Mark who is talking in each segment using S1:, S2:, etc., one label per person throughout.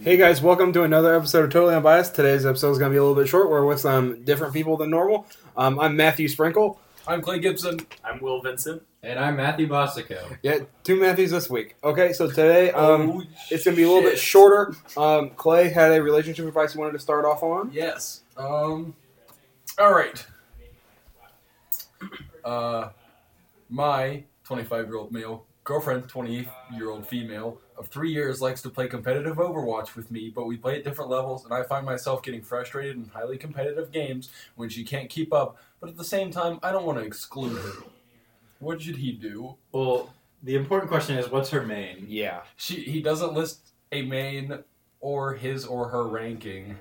S1: Hey guys, welcome to another episode of Totally Unbiased. Today's episode is going to be a little bit short. We're with some different people than normal. Um, I'm Matthew Sprinkle.
S2: I'm Clay Gibson.
S3: I'm Will Vincent.
S4: And I'm Matthew Bosico.
S1: Yeah, two Matthews this week. Okay, so today um,
S2: oh,
S1: it's going to be a little bit
S2: shit.
S1: shorter. Um, Clay had a relationship advice he wanted to start off on.
S2: Yes. Um. All right. Uh, my 25 year old male girlfriend, 28 year old female of three years, likes to play competitive Overwatch with me, but we play at different levels, and I find myself getting frustrated in highly competitive games when she can't keep up. But at the same time, I don't want to exclude her. What should he do?
S4: Well, the important question is what's her main?
S1: Yeah.
S2: She he doesn't list a main or his or her ranking.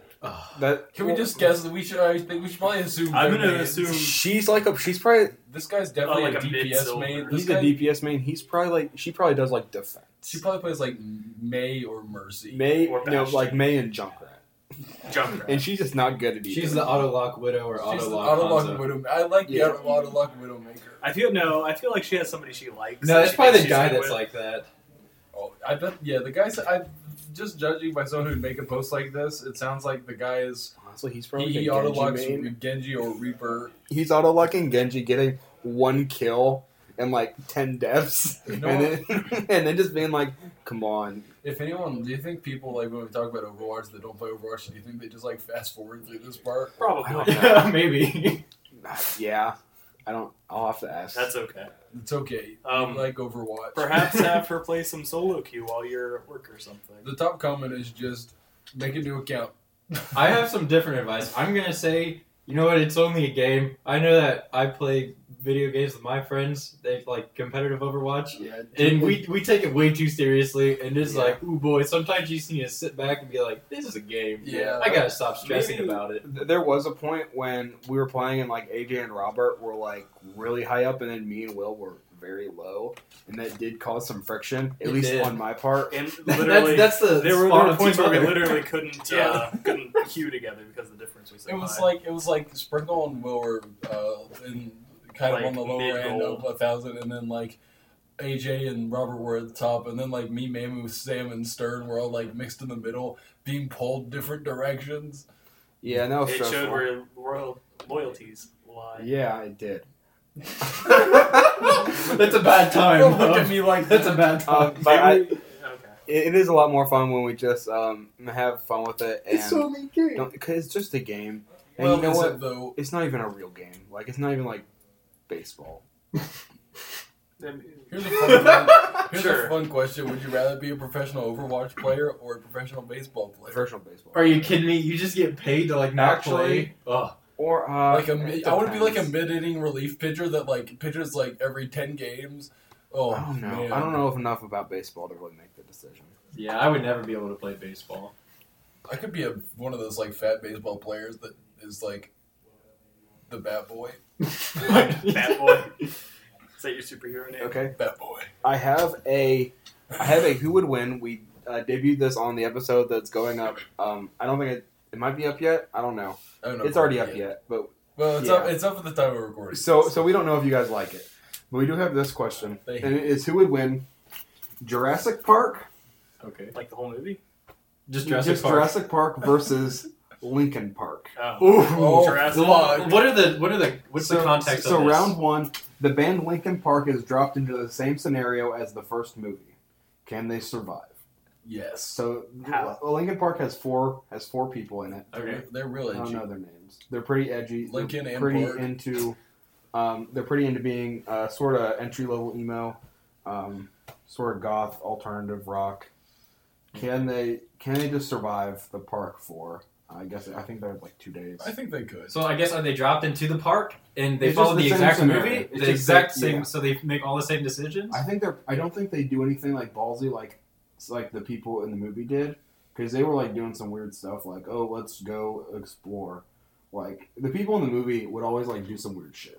S1: That
S2: Can we just guess that we should? I think we should probably assume.
S3: I'm
S2: their
S3: gonna
S2: names.
S3: assume-
S1: She's like a she's probably
S2: this guy's definitely
S3: Oh, like
S2: a
S3: a
S2: DPS
S3: mid-silver.
S2: main. This
S1: he's a
S2: guy,
S1: DPS main. He's probably like she probably does like
S2: she
S1: defense.
S2: probably plays like May or Mercy.
S1: May
S3: Or
S1: no
S3: Bastion.
S1: like May and Junkrat,
S3: Junkrat.
S1: and she's just not good at either.
S4: She's the Autolock Widow or
S2: She's the
S4: Autolock
S2: Autolock
S4: Hanzo.
S2: Widow. I like
S1: Yeah.
S2: the Autolock Widowmaker.
S3: I feel no. I feel like she has somebody she likes.
S4: No,
S3: that
S4: that's
S3: she
S4: probably
S3: thinks
S4: the
S3: she's
S4: guy
S3: good
S4: that's
S3: with.
S4: like that.
S2: Oh, I bet. Yeah, the guy. said- I'm just judging by someone who'd make a post like this. It sounds like the guy is
S1: honestly he's
S2: he,
S1: probably a Genji
S2: Autolocks
S1: main.
S2: Genji or Reaper.
S1: he's auto locking Genji, getting one kill and like ten deaths,
S2: You know
S1: and then and then just being like, "Come on,
S2: If anyone, do you think people like when we talk about Overwatch that don't play Overwatch? Do you think they just like fast forward through this part?
S3: probably.
S4: Yeah, maybe.
S1: yeah, I don't. I'll have to ask."
S3: That's okay.
S2: It's okay.
S3: Um,
S2: you like Overwatch.
S3: Perhaps have her play some solo queue while you're at work or something.
S2: The top comment is just make a new account.
S4: I have some different advice. I'm gonna say, you know what? It's only a game. I know that I play video games with my friends. They like competitive Overwatch,
S1: yeah,
S4: and we we take it way too seriously. And it's
S1: Yeah.
S4: like, ooh boy. Sometimes you just need to sit back and be like, this is a game.
S2: Yeah.
S4: I gotta stop stressing
S3: Maybe-
S4: about it.
S1: Th- There was a point when we were playing, and like AJ and Robert were like really high up, and then me and Will were very low, and that did cause some friction, at
S4: It
S1: least
S4: did.
S1: on my part.
S3: And literally,
S4: that's, that's the
S3: there were, there
S4: spawn
S3: were
S4: of
S3: points
S4: Team
S3: where we
S4: Mother.
S3: literally couldn't
S2: Yeah.
S3: uh, couldn't queue together because of the difference was so
S2: It was
S3: high.
S2: like it was like Sprinkle and Will were uh, in kind
S3: Like
S2: of on the lower end
S3: mid-goal.
S2: of a thousand, and then like AJ and Robert were at the top, and then like me, Mamu, Sam, and Stern were all like mixed in the middle, being pulled different directions.
S1: Yeah,
S4: Oh,
S1: no,
S3: it showed where royal loyalties lie.
S1: Yeah, it did.
S4: That's a bad time.
S2: Don't look at me like
S4: That's
S2: that.
S4: a bad
S1: Um,
S4: time.
S1: but I, it,
S3: Okay.
S1: it is a lot more fun when we just um, have fun with it. And
S4: only game.
S1: Don't, cause it's just a game, and
S2: Well,
S1: you know
S2: is
S1: what?
S2: it though?
S1: It's not even a real game. Like it's not even like baseball.
S3: Then-
S2: Here's a fun, one. here's
S3: Sure.
S2: a fun question: Would you rather be a professional Overwatch player or a professional baseball player?
S1: Virtual baseball.
S4: Are you kidding me? You just get paid to like not
S1: Actually-
S4: play. Ugh.
S1: Or uh,
S2: Like a, mi-
S1: it
S2: I want to be like a
S1: depends.
S2: mid-inning relief pitcher that like pitches like every ten games. Oh,
S1: I don't know.
S2: Man.
S1: I don't know if enough about baseball to really make the decision.
S4: Yeah, I would never be able to play baseball.
S2: I could be a, one of those like fat baseball players that is like the bat boy.
S3: Bad boy. Is that your superhero name?
S1: Okay,
S2: Bat boy.
S1: I have a, I have a who would win. We uh, debuted this on the episode that's going up. Um, I don't think it, it might be up yet. I don't know.
S2: I don't know.
S1: It's already up yet, but
S2: Well, it's
S1: Yeah.
S2: up. It's up at the time we're recording.
S1: So, so we don't know if you guys like it, but we do have this question,
S2: Thank
S1: and it is who would win Jurassic Park?
S4: Okay.
S3: Like the whole movie?
S4: Just Jurassic
S1: Just
S4: Park.
S1: Jurassic Park versus Lincoln Park.
S3: Oh.
S4: Ooh.
S2: Oh,
S3: Jurassic
S4: What-
S3: Park.
S4: Uh, What are the what are the what's
S1: So-
S4: the context
S1: So
S4: of this?
S1: round one, the band Lincoln Park is dropped into the same scenario as the first movie. Can they survive?
S2: yes.
S1: So
S3: How?
S1: Lincoln Park has four has four people in it.
S4: Okay.
S2: They're
S1: I
S2: really
S1: don't
S2: cheap.
S1: know their names. They're pretty edgy. They're
S2: Lincoln and
S1: pretty
S2: Park.
S1: into. Um, they're pretty into being uh, sort of entry level emo, um, sort of goth alternative rock. Can they can they just survive the park for? I guess I think they're like two days.
S2: I think they could.
S4: So I guess are they dropped into the park and they
S1: It's
S4: follow
S1: just the
S4: the,
S1: same
S4: exact
S1: scenario.
S4: movie?
S1: It's
S4: the
S1: just
S4: exact
S1: the-
S4: same
S1: yeah.
S4: so they make all the same decisions?
S1: I think they're. I don't think they do anything like ballsy like like the people in the movie did because they were like doing some weird stuff like oh let's go explore. Like the people in the movie would always like do some weird shit.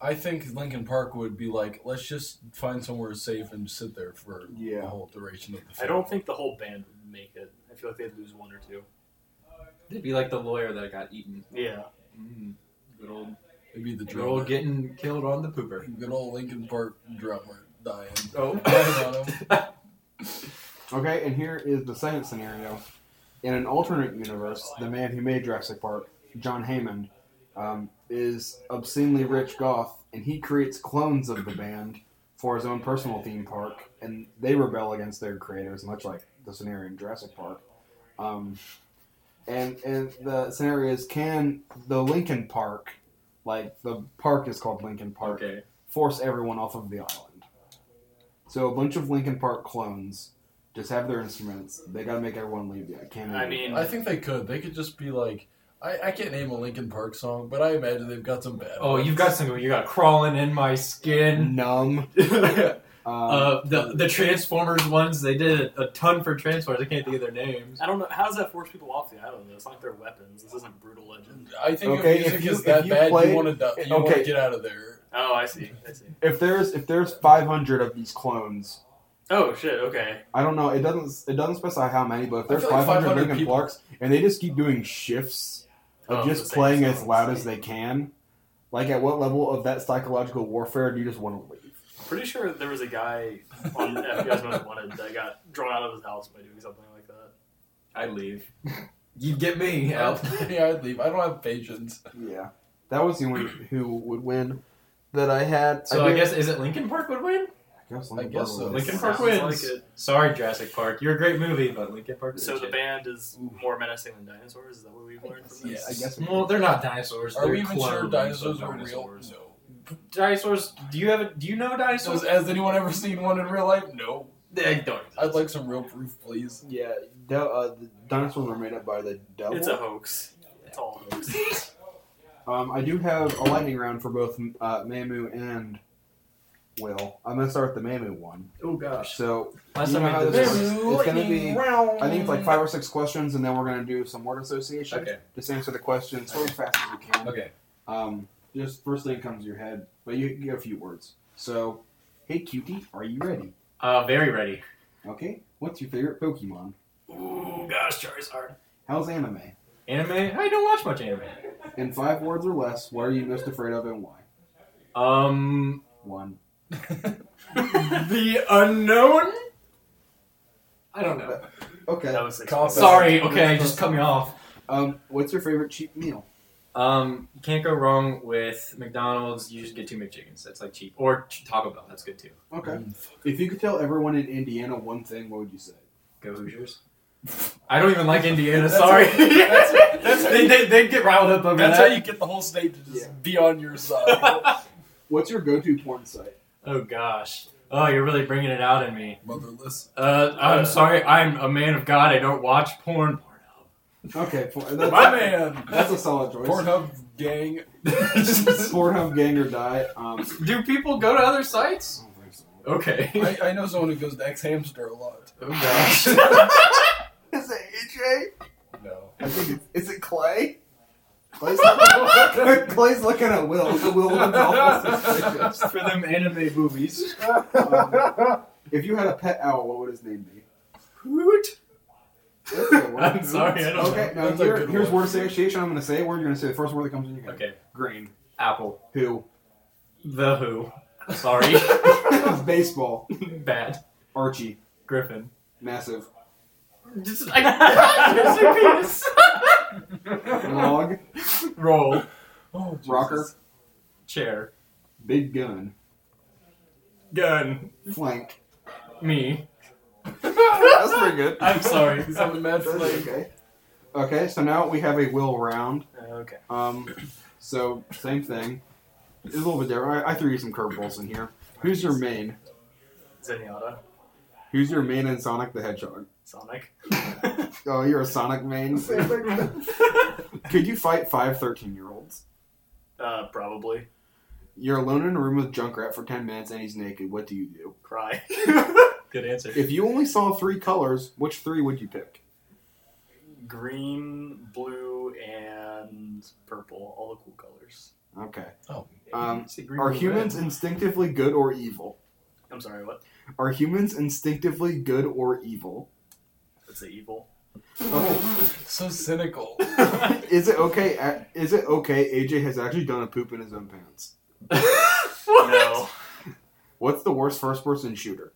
S2: I think Lincoln Park would be like, let's just find somewhere safe and sit there for
S1: Yeah.
S2: the whole duration of the
S3: I
S2: film.
S3: don't think the whole band would make it. I feel like they'd lose one or two.
S4: They'd be like the lawyer that got eaten.
S3: Yeah.
S4: Mm, good old
S2: it'd be the
S4: good old
S2: drummer.
S4: getting killed on the pooper.
S2: Good old Lincoln Park drummer dying.
S4: Oh.
S2: Dying on him.
S1: Okay, and here is the second scenario. In an alternate universe, the man who made Jurassic Park, John Hammond, um, is obscenely rich goth, and he creates clones of the band for his own personal theme park, and they rebel against their creators, much like the scenario in Jurassic Park. Um, and and the scenario is can the Lincoln Park, like the park is called Lincoln Park,
S2: Okay.
S1: force everyone off of the island. So a bunch of Linkin Park clones just have their instruments. They gotta make everyone leave. Yeah, can't.
S3: I
S1: leave.
S3: mean,
S2: I think they could. They could just be like, I, I can't name a Linkin Park song, but I imagine they've got some bad.
S4: Oh,
S2: ones.
S4: you've got some. You got crawling in my skin.
S1: numb. Um,
S4: Uh, the the Transformers ones. They did a ton for Transformers. I can't think of their names.
S3: I don't know. How does that force people off the island? though? It's not like they're weapons. This isn't brutal legend.
S2: I think if
S1: Okay,
S2: music
S1: if you-
S2: is
S1: if
S2: that
S1: you
S2: bad,
S1: play-
S2: you want to you want
S1: okay.
S2: to get out of there.
S3: Oh, I see. I see.
S1: if there's if there's 500 of these clones,
S3: Oh shit. Okay.
S1: I don't know. It doesn't it doesn't specify how many, but if there's
S2: feel like
S1: 500,
S2: 500
S1: Linkin
S2: people-
S1: Parks and they just keep doing shifts of
S3: Oh, the
S1: just
S3: same
S1: playing as
S3: songs.
S1: loud as they can, like at what level of that psychological warfare do you just want to leave?
S3: I'm pretty sure there was a guy on FBI's Most Wanted that got drawn out of his house by doing something like that. I'd leave.
S4: You get me
S2: Yeah,
S4: out.
S2: I'd leave. I don't have patience.
S1: Yeah, that was the one who would win that I had.
S4: So I
S1: did-
S4: guess is it Lincoln Park would win?
S1: I guess
S2: I guess so.
S1: Linkin
S4: Lincoln
S1: Park.
S4: Park
S3: Sounds
S4: wins.
S3: like it.
S4: Sorry, Jurassic Park. You're a great movie, but Lincoln Park.
S3: So the
S4: wins.
S3: band is more menacing than dinosaurs. Is that what we've learned from
S2: Yeah,
S3: this?
S1: I guess.
S4: Well, they're not dinosaurs.
S2: Are
S4: they're
S2: we even sure
S4: clones
S2: dinosaurs
S4: of
S2: are real?
S4: dinosaurs.
S2: No.
S4: Dinosaurs? Do you have? A, do you know
S2: So
S4: dinosaurs?
S2: has- has anyone ever seen one in real life? No.
S4: They don't. exist.
S2: I'd like some real proof, please.
S1: Yeah, the, uh, the dinosaurs were made up by the devil.
S3: It's a hoax. It's all a hoax.
S1: um, I do have a lightning round for both uh, Mamu and Will. I'm gonna start with the Mamu one.
S3: oh gosh.
S1: So
S4: Last
S1: you
S4: time
S1: know
S4: I
S1: how
S4: did
S1: this
S4: this.
S1: is- it's gonna be.
S2: round.
S1: I think it's like five or six questions, and then we're gonna do some word association.
S4: Okay.
S1: Just answer the questions so fast as you can.
S4: Okay.
S1: Um, just first thing that comes to your head, but you, you get a few words. So, hey cutie, are you ready?
S4: Uh, very ready.
S1: Okay. What's your favorite Pokemon?
S3: Ooh gosh, Charizard.
S1: How's anime?
S4: Anime? I don't watch much anime.
S1: In five words or less, what are you most afraid of and why?
S4: Um,
S1: One.
S4: the unknown. I don't know.
S1: Okay.
S3: That was six.
S2: Cough.
S4: Sorry. Okay, just cut me off.
S1: Um, what's your favorite cheap meal?
S4: Um, you can't go wrong with McDonald's. You just get two McChickens. That's like cheap. Or Ch- Taco Bell. That's good too.
S1: Okay. If you could tell everyone in Indiana one thing, what would you say?
S4: Go Hoosiers. I don't even like Indiana.
S2: That's-
S4: sorry.
S2: that's- that's-
S4: they, they, they'd get riled up over
S2: That's how
S4: that.
S2: you get the whole state to just
S1: Yeah.
S2: be on your side.
S1: What's your go-to porn site?
S4: oh gosh. Oh, you're really bringing it out in me.
S2: Motherless.
S4: Uh, I'm
S3: Uh,
S4: sorry. I'm a man of God. I don't watch porn.
S1: Okay, por- that's,
S2: My man.
S1: That's a solid choice.
S2: Pornhub gang.
S1: Pornhub, gang or die. Um,
S4: Do people go to other
S1: I
S4: sites?
S1: don't think so.
S4: Okay.
S2: I, I know someone who goes to X Hamster a lot.
S4: Oh gosh.
S1: Is it AJ?
S2: No.
S1: I think it's. Is it Clay? Clay's looking, Clay's looking at Will. so Will looks awful suspicious.
S4: For them anime movies.
S1: Um, if you had a pet owl, what would his name be?
S4: Hoot.
S1: That's the word.
S4: I'm sorry, I don't
S1: Okay,
S2: know.
S1: now
S2: That's a
S1: here-
S2: good
S1: here's
S2: one.
S1: word association. I'm going to say a word. You're going to say the first word that comes in your head.
S4: Okay.
S1: Green.
S4: Apple.
S1: Who?
S4: The Who. Sorry.
S1: Baseball.
S4: Bad.
S1: Archie.
S4: Griffin.
S1: Massive.
S4: Just, I,
S1: Log.
S4: Roll.
S2: Oh,
S1: Rocker.
S4: Chair.
S1: Big gun.
S4: Gun.
S1: Flank.
S4: Me.
S1: That's pretty good.
S4: I'm sorry.
S2: He's having mad
S1: That's
S2: flame.
S1: okay. Okay, so now we have a will round.
S3: Okay.
S1: Um, so same thing. It's a little bit different. I, I threw you some curveballs in here. Who's your main?
S3: Zenyatta.
S1: Who's your main in Sonic the Hedgehog?
S3: Sonic.
S1: Oh, you're a Sonic main. Could you fight five 13 year olds?
S3: Uh, probably.
S1: You're alone in a room with Junkrat for 10 minutes and he's naked. What do you do?
S3: Cry.
S4: Good answer.
S1: If you only saw three colors, which three would you pick?
S3: Green, blue, and purple. All the cool colors.
S1: Okay.
S2: Oh.
S1: Um,
S4: See, green
S1: are
S4: and
S1: humans
S4: red.
S1: instinctively good or evil?
S3: I'm sorry, what?
S1: Are humans instinctively good or evil?
S3: Let's say evil.
S1: Okay.
S2: So cynical.
S1: is it okay? a- Is it okay? AJ has actually done a poop in his own pants.
S3: No.
S1: What's the worst first person shooter?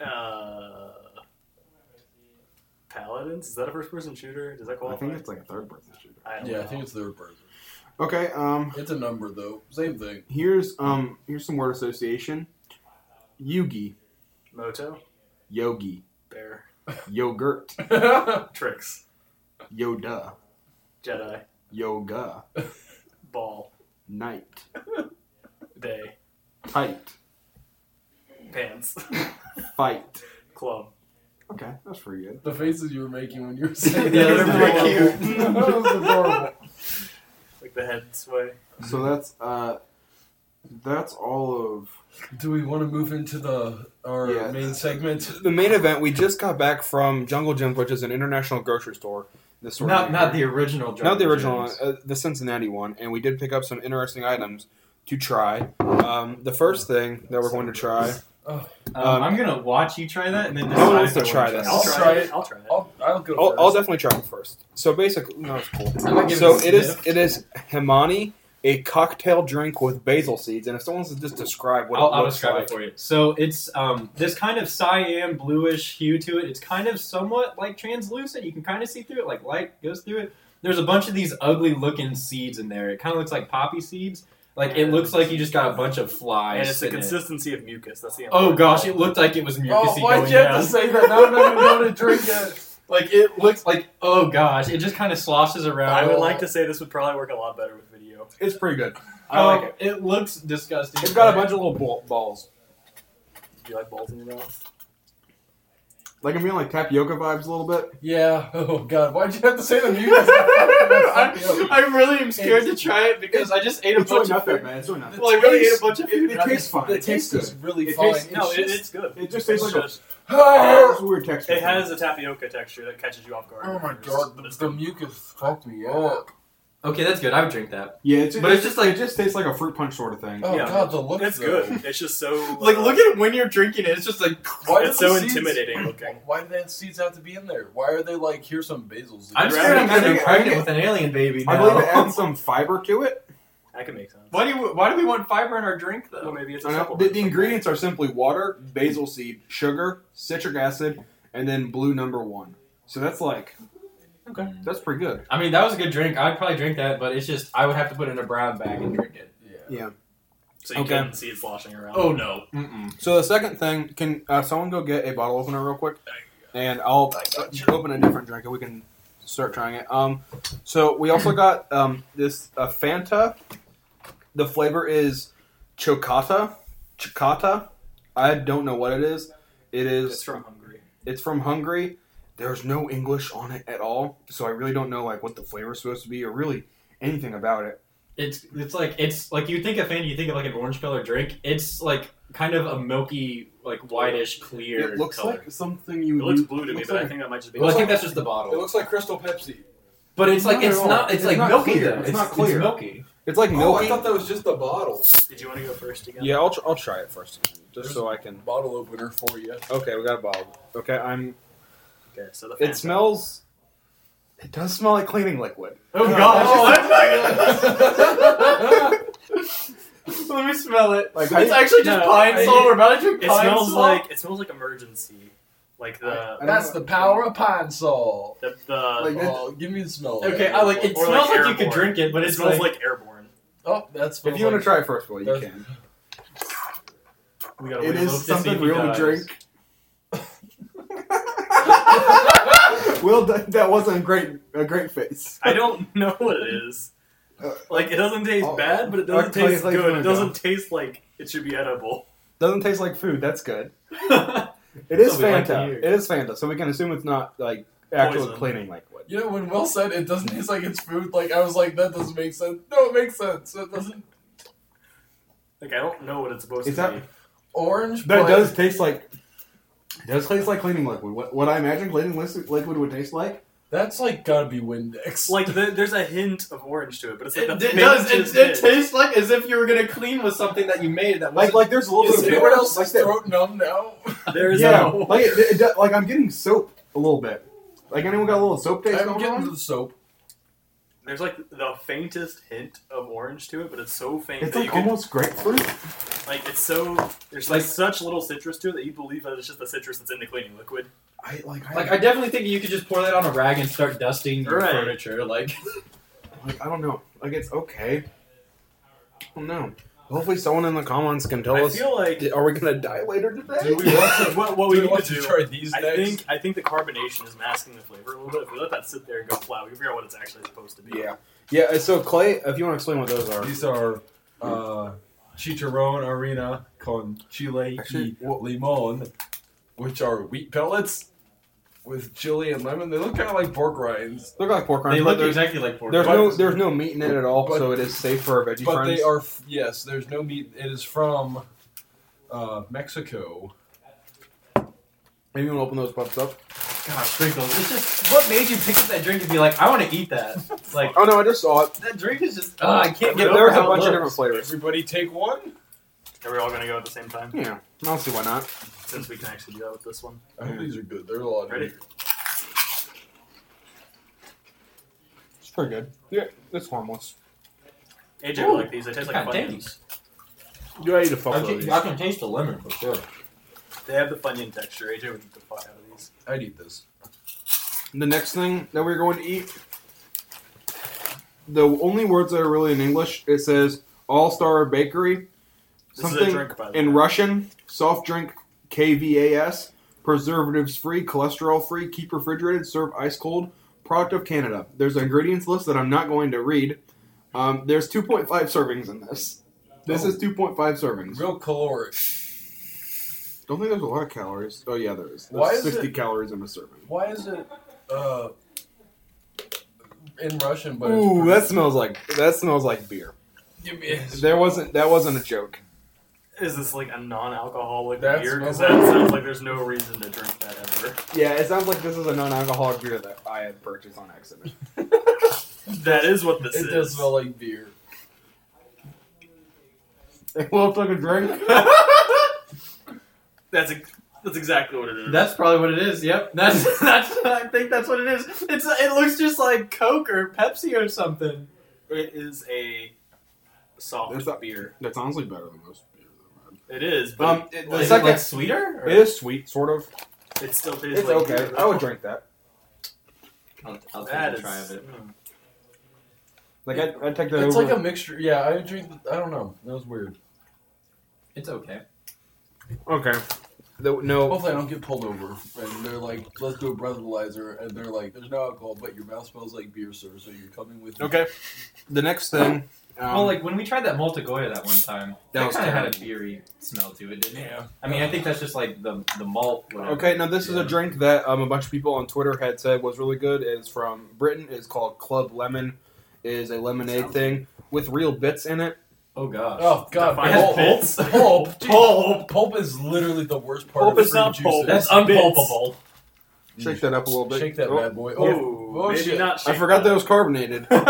S3: Uh, Providence? Is that a first person shooter? Does that
S1: I
S3: qualify?
S1: think it's like a third person shooter.
S3: I don't
S2: Yeah, I
S3: know.
S2: think it's their person.
S1: Okay, um,
S2: It's a number though. Same thing.
S1: here's um, here's some word association. Yugi,
S3: Moto,
S1: yogi,
S3: Bear,
S1: yogurt,
S3: Tricks,
S1: yoda,
S3: Jedi,
S1: yoga,
S3: Ball,
S1: night,
S3: Day,
S1: tight,
S3: Pants,
S1: fight.
S3: Club.
S1: Okay, that's pretty good.
S2: the faces you were making when you were saying
S4: Yeah,
S2: that.
S4: they're
S2: was
S3: pretty
S2: adorable.
S3: cute.
S2: that was adorable.
S3: Like the head sway.
S1: So that's uh, that's all of
S2: Do we want to move into the our
S1: Yeah.
S2: main segment?
S1: the main event. We just got back from Jungle Gyms, which is an international grocery store. This sort
S4: Not
S1: of-
S4: not the original. Jungle
S1: not the original one,
S4: Gyms.
S1: uh, the Cincinnati one, and we did pick up some interesting items to try. Um, the first thing that we're going to try,
S4: Um,
S1: Um,
S4: I'm gonna watch you try that and then
S1: No one
S4: decide
S1: wants
S4: if
S1: to
S4: I
S1: try
S4: wanna
S1: this.
S3: I'll
S2: I'll
S3: try,
S2: try
S3: it.
S2: it.
S3: I'll try it.
S2: I'll, I'll go
S1: I'll,
S2: first.
S1: I'll definitely try it first. So basically, no, it's cool.
S4: I'm gonna give it
S1: So
S4: a
S1: it is
S4: sniff.
S1: it is Himani, a cocktail drink with basil seeds, and if someone wants to just describe what
S4: I'll,
S1: it
S4: I'll
S1: looks
S4: describe
S1: like,
S4: it for you. So it's um, this kind of cyan bluish hue to it. It's kind of somewhat like translucent. You can kind of see through it, like light goes through it. There's a bunch of these ugly looking seeds in there. It kind of looks like poppy seeds. Like it looks like you just got a bunch of flies.
S3: And it's the
S4: in it.
S3: consistency of mucus. That's the
S4: Oh
S3: important
S4: gosh,
S3: part.
S4: it looked like it was mucusy
S2: Oh, why'd
S4: going
S2: you have
S4: down.
S2: to say that? Now I'm not even going to drink it.
S4: Like it looks like oh gosh, it just kind of sloshes around.
S3: I would like to say this would probably work a lot better with video.
S1: it's pretty good. I
S4: Oh,
S1: like it.
S4: It looks disgusting.
S1: It's got a bunch of little ball, balls,
S3: Do you like balls in your mouth?
S1: like I'm feeling like tapioca vibes a little bit.
S2: Yeah. Oh God. Why'd you have to say the mucus?
S4: I, I really am scared to try it because I just ate a
S1: It's really
S4: bunch of
S1: not that
S4: food.
S1: bad. It's really not.
S2: The
S1: that
S4: Well, I really ate
S2: taste-
S4: a bunch of
S1: it-
S4: food.
S1: it
S2: Now,
S1: tastes fine.
S2: The
S1: It
S2: taste
S1: tastes
S2: is really
S1: It Oh
S2: fine.
S1: tastes-
S3: No, it,
S2: just-
S3: it's good.
S1: bad. It just tastes like a
S3: just-
S1: it has a weird texture.
S3: it has a tapioca texture that catches you off guard.
S2: Oh my
S3: It's-
S2: God. The,
S3: it's
S2: the mucus fucked me up.
S4: Okay, that's good. I would drink that.
S1: yeah, it's,
S4: But it's just like-
S1: it just tastes like a fruit punch sort of thing.
S2: Oh
S3: Yeah.
S2: God. The look.
S3: It's good. It's just so
S4: Like,
S3: uh,
S4: look at it when you're drinking it. It's just like
S2: Why
S3: It's
S2: did the
S3: so
S2: seeds-
S3: intimidating looking.
S2: Why do the seeds have to be in there? Why are they like here's some basil seeds?
S4: I'm scared
S3: scared
S4: I'm
S3: I'm
S1: gonna
S4: getting
S1: be pregnant
S4: pregnant
S1: with
S4: with an alien baby
S1: I
S4: now.
S1: believe it adds some fiber to it.
S3: That can make sense.
S4: why do you, Why do we want fiber in our drink
S3: Well,
S4: though?
S3: maybe it's a
S1: I know.
S3: supplement.
S1: The, the ingredients are simply water, basil seed, sugar, citric acid, and then blue number one. So that's like, okay, that's pretty good.
S4: I mean, that was a good drink. I'd probably drink that, but it's just I would have to put it in a brown bag and drink it.
S2: Yeah.
S3: So you
S1: Okay.
S3: can see it sloshing around.
S4: no. Mm-mm.
S1: So the second thing, can uh, someone go get a bottle opener real quick, and I'll uh, open a different drink and we can start trying it. Um, so we also got um this uh, Fanta. The flavor is chocata, chocata. I don't know what it is. It is
S3: It's from Hungary.
S1: It's from Hungary. There's no English on it at all, so I really don't know like what the flavor's supposed to be or really anything about it.
S4: It's it's like it's like you think of Fanta, you think of like an orange color drink. It's like kind of a milky, like whitish, clear.
S1: it looks
S4: color.
S1: like something you.
S3: It looks
S1: use-
S3: blue to me,
S1: looks
S3: but I
S1: like-
S3: think that might just be.
S4: Well, I think
S1: like-
S4: that's just the bottle.
S2: looks like Crystal Pepsi.
S4: But it's like
S1: Not
S4: it's
S1: at all.
S4: not. It's,
S1: It's
S4: like
S1: not
S4: milky.
S1: clear.
S4: Though.
S1: It's
S4: It's
S1: not clear.
S4: It's milky.
S1: it's like
S2: No, Oh, I
S1: milky.
S2: thought that was just the bottle.
S3: Did you want to go first again?
S1: yeah, I'll, tr- I'll try it first, just so I can.
S2: Bottle opener for you.
S1: Okay, we got a bottle. Okay, I'm.
S3: Okay. So the
S1: It
S3: Fanta.
S1: smells. It does smell like cleaning liquid.
S4: Oh
S2: gosh.
S4: Let me smell it.
S1: Like
S4: it's
S1: I,
S4: actually just
S3: no,
S4: pine
S3: I-
S4: sol. We're about to drink
S3: It
S4: pine
S3: smells
S4: sol.
S3: like it smells like emergency, like the
S1: I don't
S2: That's
S1: know.
S2: the power of pine sol.
S3: the, the
S1: Like that-
S2: Oh, give me the smell. of
S4: Okay,
S2: it.
S4: I like it.
S3: Or like
S4: smells like, you could
S3: airborne.
S4: drink it, but
S3: it
S4: it's
S3: smells
S4: like,
S3: like airborne.
S2: Oh, that's.
S1: if you want to try it first, well, you
S2: That's-
S1: can.
S4: we gotta
S1: It
S4: wait a little
S1: is
S4: to see if
S1: something
S4: he
S1: we only
S4: dies.
S1: drink. Will, that, that wasn't a great a great face.
S3: I don't know what it is.
S1: Uh,
S3: Like it doesn't taste
S1: I'll-
S3: bad, but it
S1: I'll
S3: doesn't
S1: tell you
S3: taste
S1: later
S3: good.
S1: when I
S3: It
S1: go.
S3: doesn't taste like it should be edible.
S1: Doesn't taste like food. That's good. It is
S4: So we like to
S1: Fanta.
S4: hear.
S1: it is Fanta, so we can assume it's not like actual
S3: Poison.
S1: cleaning liquid.
S2: You know, when Will said it doesn't taste like it's food, like I was like, that doesn't make sense. No, it makes sense. It doesn't.
S3: Like I don't know what it's supposed
S1: Is
S3: to
S1: that-
S3: be.
S2: Orange.
S1: That
S2: but-
S1: does taste like. It does taste like cleaning liquid. What, what I imagine cleaning lis- liquid would taste like.
S2: That's like gotta be Windex.
S3: Like the, there's a hint of orange to it, but it's like
S4: It,
S3: the
S4: it does.
S3: faintest
S4: It, it
S3: hint.
S4: tastes like as if you were gonna clean with something that you made that
S1: Like
S4: wasn't.
S1: like there's a little
S2: Is
S1: bit. of
S2: anyone else's
S1: like that-
S2: throat numb now?
S3: There is
S1: yeah,
S3: no.
S1: like it, it, do- like I'm getting soap a little bit. Like anyone got a little soap taste
S2: I'm
S1: going
S2: getting
S1: on?
S2: to the soap.
S3: There's like the faintest hint of orange to it, but it's so faint
S1: It's
S3: that
S1: like
S3: you can
S1: almost grapefruit.
S3: like it's so there's like
S4: Like-
S3: such little citrus to it that you believe that it's just the citrus that's in the cleaning liquid.
S1: I like. I,
S4: Like I definitely think you could just pour that on a rag and start dusting your
S3: Right.
S4: furniture. Like
S1: like, I don't know. Like it's okay. I don't know. Hopefully, someone in the comments can tell
S3: I
S1: us.
S3: feel like
S1: Are we gonna die later today?
S2: Do we want to,
S3: what, what Oh, we
S2: do we
S3: need
S2: want
S3: to
S2: to
S3: do.
S2: try these
S3: I
S2: next?
S3: think I think the carbonation is masking the flavor a little bit. If we let that sit there and go flat, we figure out what it's actually supposed to be.
S1: yeah. Yeah. So Clay, if you want to explain what those are.
S2: These are uh, chicharrón harina con chile
S1: Actually,
S2: y limón, which are wheat pellets with chili and lemon. They look kind of like pork rinds,
S1: They're like pork rinds.
S4: they
S1: but
S4: look
S1: there's,
S4: exactly like pork.
S1: there's
S2: but-
S1: no there's no meat in it at all,
S2: but-
S1: so it is safe for our veggie
S2: but
S1: friends.
S2: they are f- yes. There's no meat. It is from uh, Mexico.
S1: Maybe we'll open those pups up.
S4: God, sprinkles. It's just what made you pick up that drink and be like, I want to eat that. Like
S1: Oh no, I just saw it.
S4: that drink is just. Uh, I can't
S1: There
S4: get over
S1: was a
S4: how it
S1: bunch of different
S4: looks.
S1: flavors.
S2: Everybody take one.
S3: Are we all gonna go at the same time?
S1: Yeah, I don't see why not.
S3: Since we can actually do that with this one.
S2: I hope these are good. They're a lot. of
S3: Ready?
S2: meat.
S1: It's pretty good. Yeah, it's harmless.
S3: AJ would
S4: Ooh,
S3: like these. They taste like
S4: kinda
S3: Funyuns.
S4: dandy.
S1: You ate a
S4: I
S1: fuckload of
S4: can,
S1: these.
S4: I can taste the lemon for sure.
S3: They have the Funyun texture. AJ would eat the fuck out of these.
S2: I'd eat this.
S1: The next thing that we're going to eat, the only words that are really in English, it says All Star Bakery,
S3: This is
S1: something
S3: a drink, by the
S1: in
S3: way.
S1: Russian, soft drink KVAS, preservatives free, cholesterol free, keep refrigerated, serve ice cold, product of Canada. There's an ingredients list that I'm not going to read. Um, there's 2.5 servings in this. This is 2.5 servings.
S2: Oh. Real caloric.
S1: Don't think there's a lot of calories. Oh yeah, there is. There's
S2: Why is
S1: 60
S2: it-
S1: calories in a serving.
S2: Why is it uh, in Russian? But
S1: Ooh, that
S2: it's
S1: smells like that smells like beer.
S2: Give me a-
S1: There wasn't that wasn't a joke.
S3: Is this like a non-alcoholic
S2: That
S3: beer? Because that
S2: smells like-
S3: sounds like there's no reason to drink that ever.
S1: Yeah, it sounds like this is a non-alcoholic beer that I had purchased on accident.
S3: That is what this is.
S2: It does smell like beer.
S1: It looked like a drink.
S3: That's ex- that's exactly what it is.
S4: That's probably what it is. Yep. That's that's. I think that's what it is. It's. It looks just like Coke or Pepsi or something.
S3: it is a soft
S1: That's not-
S3: beer.
S1: That's honestly better than most beer.
S3: It is,
S1: That I've had.
S3: but
S1: Um, it, the
S4: Is
S1: second
S4: it like sweeter? Or?
S1: it is sweet, sort of.
S3: it, it still tastes
S1: It's,
S3: like
S1: okay.
S3: beer.
S1: I would drink that.
S4: I'll, I'll take
S3: That
S4: a
S3: is-
S4: try of it.
S3: mm.
S1: Like I'd, I'd take that
S2: It's
S1: over.
S2: like a mixture. Yeah, I drink. The, I don't know. That was weird.
S4: It's okay.
S1: okay. The- no.
S2: Hopefully, I don't get pulled over. And they're like, "Let's do a breathalyzer," and they're like, "There's no alcohol, but your mouth smells like beer, sir. So you're coming with me."
S1: Okay. The next thing. Um,
S4: well, Oh, like when we tried that Multigoya that one time,
S1: That
S4: that,
S1: was
S4: kind of had a
S1: terrible.
S4: beery smell to it, didn't it?
S2: Yeah.
S4: I mean, I think that's just like the the malt. Whatever.
S1: Okay, now this is a
S2: Yeah.
S1: drink that um, a bunch of people on Twitter had said was really good. It's from Britain. It's called Club Lemon. It is a lemonade
S3: Sounds-
S1: thing with real bits in it.
S4: Oh gosh.
S2: Oh God,
S3: Define
S2: pulp,
S3: pulp.
S2: pulp, pulp, dude,
S4: Pulp.
S2: pulp, is literally the worst part
S3: Pulp
S2: of
S3: is not
S2: fruit
S3: pulp.
S2: juices.
S4: That's
S3: Bits.
S4: unpulpable.
S1: Mm. Shake that up a little bit.
S2: Shake that
S1: Oh,
S2: bad boy.
S3: Oh,
S2: Oh, oh,
S3: maybe
S2: shit.
S3: not.
S1: I forgot that was carbonated. So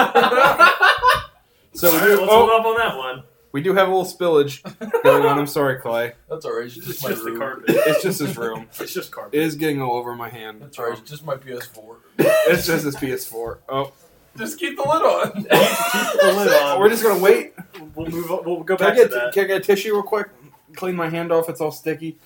S3: So
S1: we do,
S3: All right, let's hold
S1: oh,
S3: up on that one.
S1: we do have a little spillage going on. I'm sorry, Clay.
S2: that's alright. It's
S3: It's
S2: just,
S3: just,
S2: my
S3: just the
S2: room.
S3: carpet.
S1: It's just his room.
S3: It's just carpet.
S1: It is getting all over my hand.
S2: That's alright. It's just my PS4.
S1: It's just his PS4. Oh,
S2: Just keep the lid on.
S3: the lid on.
S1: we're just gonna wait.
S3: We'll move. On, we'll go
S1: Can I
S3: Um, back to
S1: get
S3: that.
S1: can I get a tissue real quick? Clean my hand off. It's all sticky.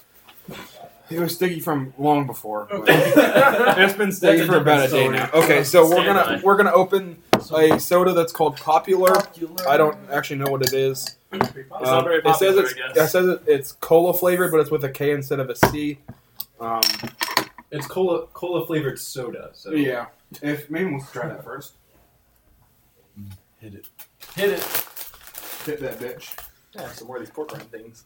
S1: It was sticky from long before. but- It's been sticky
S4: That's a
S1: for about a
S4: different
S1: day
S4: story.
S1: now. Okay, so we're
S3: Stand
S1: gonna
S3: by.
S1: we're gonna open a soda that's called Popular.
S2: Popular.
S1: I don't actually know what it is. Um,
S3: It's not very
S1: it says
S3: popular,
S1: it's,
S3: I guess.
S1: yeah, it says it, it's cola flavored, but it's with a K instead of a C. Um,
S4: It's cola cola flavored soda. So
S1: If maybe we'll try that first.
S2: Hit it. Hit it.
S1: Hit that bitch.
S3: Yeah, some more of these pork rind things.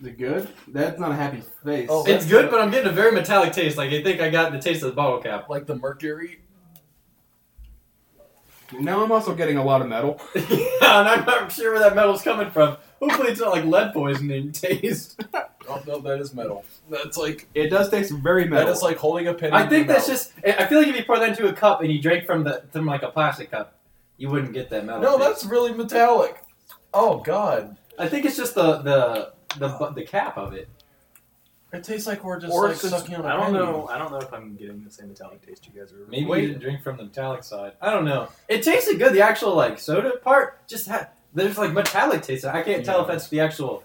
S1: Is it good? That's not a happy face.
S2: Oh.
S4: It's good, but I'm getting a very metallic taste. Like I think I got the taste of the bottle cap.
S2: Like the mercury.
S1: Now I'm also getting a lot of metal.
S4: yeah, and I'm not sure where that metal's coming from. Hopefully, it's not like lead poisoning taste.
S2: Oh no, that is metal. That's like
S1: It does taste very metal.
S2: that is like holding a pen.
S4: I
S2: in
S4: think
S2: your
S4: that's
S2: mouth.
S4: just. I feel like if you pour that into a cup and you drank from the from like a plastic cup, you wouldn't get that metal.
S2: No,
S4: taste.
S2: that's really metallic. Oh God.
S4: I think it's just the the the bu- the cap of it.
S2: It tastes like we're just
S3: or
S2: like
S3: if it's-
S2: sucking on a
S3: I don't
S2: penny.
S3: know. I don't know if I'm getting the same metallic taste you guys are.
S4: Maybe
S2: Wait.
S4: you didn't drink from the metallic side. I don't know. It tasted good. The actual like soda part just had there's like metallic taste. I can't tell if
S2: Yeah.
S4: that's the actual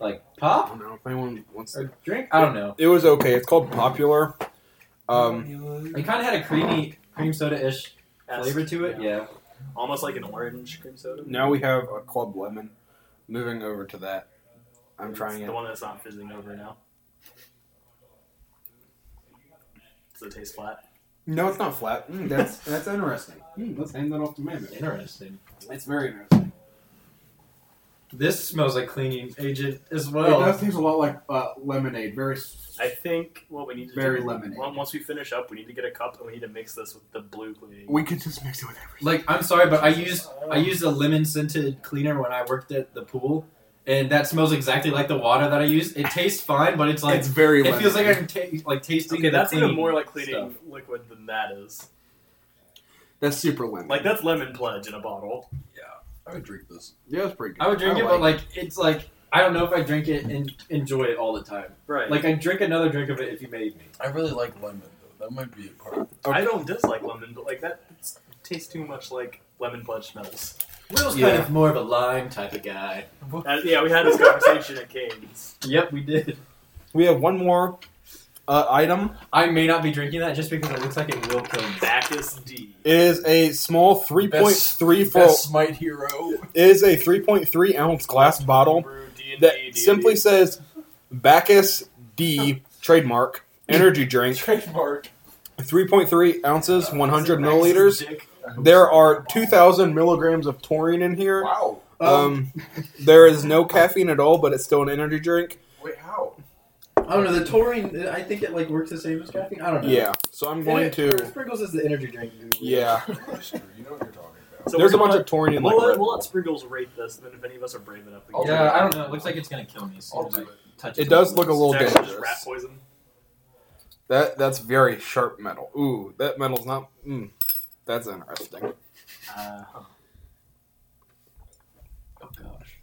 S4: like pop
S1: don't know if anyone wants.
S4: or drink. I don't know.
S1: It was okay. It's called Popular. Um,
S4: It kind of had a creamy cream soda ish
S3: Ask-
S4: flavor to it. Yeah.
S3: almost like an orange cream soda.
S1: now we have a Club Lemon. Moving over to that, I'm
S3: It's
S1: trying
S3: the
S1: it.
S3: one that's not fizzing over now. Does it taste flat?
S1: No, it's not flat. Mm, that's that's interesting. Mm, let's hand that off to Mammoth.
S4: Interesting.
S1: It's very interesting.
S4: This smells like cleaning agent as
S1: it
S4: well.
S1: does taste a lot like uh, lemonade. Very. s-
S3: I think what we need to
S1: Very
S3: do.
S1: lemonade.
S3: on- Once we finish up, we need to get a cup and we need to mix this with the blue Kool-Aid.
S1: We could just mix it with everything.
S4: Like I'm sorry, but I used I used a lemon scented cleaner when I worked at the pool, and that smells exactly like the water that I used. It tastes fine, but it's like
S1: it's very.
S4: it feels like
S1: lemonade.
S4: I'm ta- like tasting.
S3: okay,
S4: the
S3: that's even
S4: clean
S3: more like cleaning
S4: stuff.
S3: liquid than that is.
S1: that's super lemon.
S3: Like that's lemon pledge in a bottle.
S2: I would drink this.
S1: yeah, it's pretty good.
S4: I would drink
S1: I
S4: it, but like it's like I don't know if I drink it and enjoy it all the time.
S3: Right.
S4: Like I would drink another drink of it if you made me.
S2: I really like lemon though. That might be a part.
S3: I don't dislike lemon, but like that it's- tastes too much like lemon pledge smells.
S4: Will's
S1: Yeah.
S4: kind of more of a lime type of guy.
S3: Uh, yeah, we had this conversation at Kane's.
S4: Yep, we did.
S1: we have one more uh, item.
S4: I may not be drinking that just because it looks like it will kill me.
S3: Bacchus D.
S1: It is a small three point three four.
S2: Best smite hero.
S1: It is a three point three ounce glass bottle
S3: Brew D&D,
S1: that
S3: D&D.
S1: simply says Bacchus D trademark energy drink.
S2: Trademark.
S1: Three point three ounces, one hundred
S3: Is it Max's
S1: milliliters.
S3: dick?
S1: There are two thousand milligrams of taurine in here.
S2: Wow.
S1: Um, there is no caffeine at all, but it's still an energy drink.
S2: Wait, how?
S4: I don't know. The taurine, I think it like works the same as caffeine. I don't know.
S1: Yeah, so I'm going
S4: It- or
S1: to.
S4: Sprinkles is the energy drink.
S1: Yeah,
S2: you know what you're talking about.
S3: So
S1: there's
S3: we're
S1: a bunch
S3: gonna-
S1: of taurine in like.
S3: We'll, let,
S1: Red
S3: we'll
S1: Bull.
S3: let Spriggles rate this, and then if any of us are brave enough, we
S2: I'll
S3: can
S2: do it.
S4: Oh, Yeah, I don't know. It looks like it's gonna kill me.
S2: I'll do it.
S4: Touch
S1: It does look a little
S3: It's actually just
S1: dangerous.
S3: rat poison.
S1: That that's very sharp metal. Ooh, that metal's not. Mm, that's interesting.
S3: Uh, huh.
S4: Oh gosh.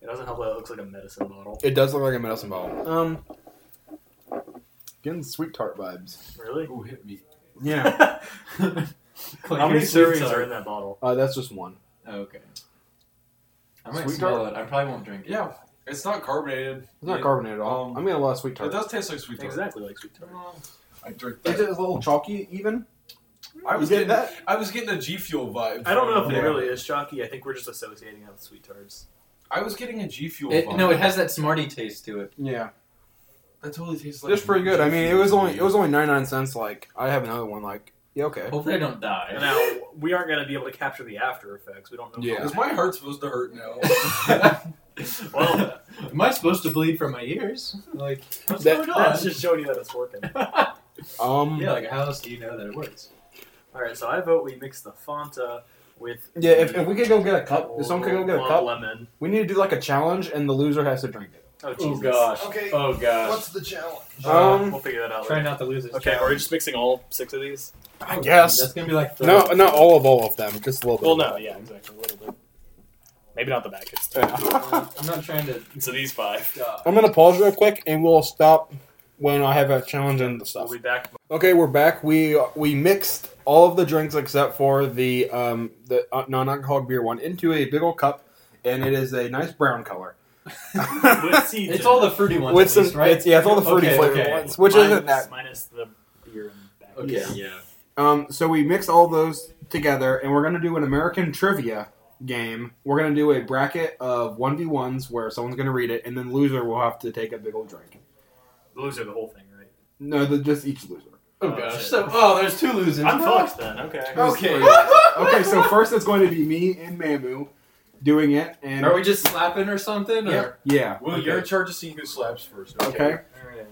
S3: It doesn't help that it looks like a medicine bottle.
S1: It does look like a medicine bottle. Um, getting sweet tart vibes.
S3: Really?
S2: Ooh, hit me.
S1: Yeah,
S3: How many servings are in that bottle?
S1: uh, that's just one.
S4: Oh, okay. I might
S2: Sweet
S4: smell
S2: tart?
S4: it. I probably won't drink it.
S2: Yeah, it's not carbonated.
S1: It's not
S2: It-
S1: carbonated at all.
S2: um,
S1: I'm getting a lot of sweet
S2: It
S1: tart.
S2: does taste like sweet tart.
S3: Exactly like sweet tart.
S2: I drink
S1: It's
S2: that.
S1: just a little chalky, even.
S2: I was
S1: You
S2: getting
S1: get that?
S2: I was getting a G Fuel vibe.
S3: I don't know if
S2: from
S3: it
S1: Yeah.
S3: really is chalky. I think we're just associating it with sweet tarts.
S2: I was getting a G Fuel.
S4: It,
S2: vibe.
S4: no, it has that smarty taste to it.
S1: Yeah,
S2: That totally tastes like.
S1: it's pretty good.
S2: G
S1: I mean, it
S2: Fuel
S1: was
S2: to
S1: only
S2: me.
S1: it was only ninety nine cents. Like I have another one. Like yeah, okay.
S4: Hopefully, I don't die.
S3: Now we aren't going to be able to capture the after effects. We don't know.
S1: Yeah.
S2: Is my heart supposed to hurt now?
S3: Well,
S4: Am I supposed to bleed from my ears? Like, what's
S1: That-
S4: going on?
S3: that's just showing you that it's working.
S1: Um,
S4: yeah, like, how else do you know that it works?
S3: All right, so I vote we mix the Fanta with
S1: yeah. If, if we could go get a cup,
S3: Or
S1: if someone could go get a
S3: one
S1: cup,
S3: Lemon.
S1: we need to do like a challenge, and the loser has to drink it.
S3: Oh, Jesus.
S5: Okay.
S4: Oh, gosh.
S5: What's the challenge?
S1: Um,
S3: We'll figure that out.
S4: Try
S3: Later.
S4: not to lose this.
S3: Okay, are we just mixing all six of these?
S1: I guess.
S4: That's going to be like.
S1: No, not all of all of them, just a little bit.
S3: Well, no, yeah, exactly, a little bit. Maybe not the back. It's
S1: Yeah.
S4: Um, I'm not trying to. uh,
S3: so these five.
S4: God.
S1: I'm gonna pause real quick, and we'll stop when I have a challenge and the
S3: We'll
S1: stuff.
S3: be back.
S1: Okay, we're back. We we mixed all of the drinks except for the um the uh, non-alcoholic beer one into a big old cup, and it is a nice brown color.
S3: With seeds
S4: It's
S3: in
S4: all
S3: it.
S4: the fruity ones,
S1: With
S4: at
S1: some,
S4: least, right?
S1: it's, yeah, it's all the fruity
S4: Okay,
S1: flavored
S4: okay.
S1: ones, which
S3: minus,
S1: isn't that.
S3: minus the beer and back.
S4: Okay.
S1: Yeah.
S4: yeah.
S1: Um, so we mixed all those together, and we're gonna do an American trivia game. We're gonna do a bracket of one v ones where someone's gonna read it, and then loser will have to take a big old drink.
S3: Those are the whole thing, right?
S1: No, the, just each loser.
S4: Oh,
S3: Oh,
S4: gosh.
S3: shit.
S4: So, oh, there's two losers.
S3: I'm fucked then. Okay.
S4: Okay.
S1: okay, so first it's going to be me and Mamu doing it, and
S4: Are we just slapping or something?
S1: yeah,
S4: Or?
S1: yeah,
S2: Will,
S3: Okay.
S2: you're in charge of seeing who slaps first.
S1: okay.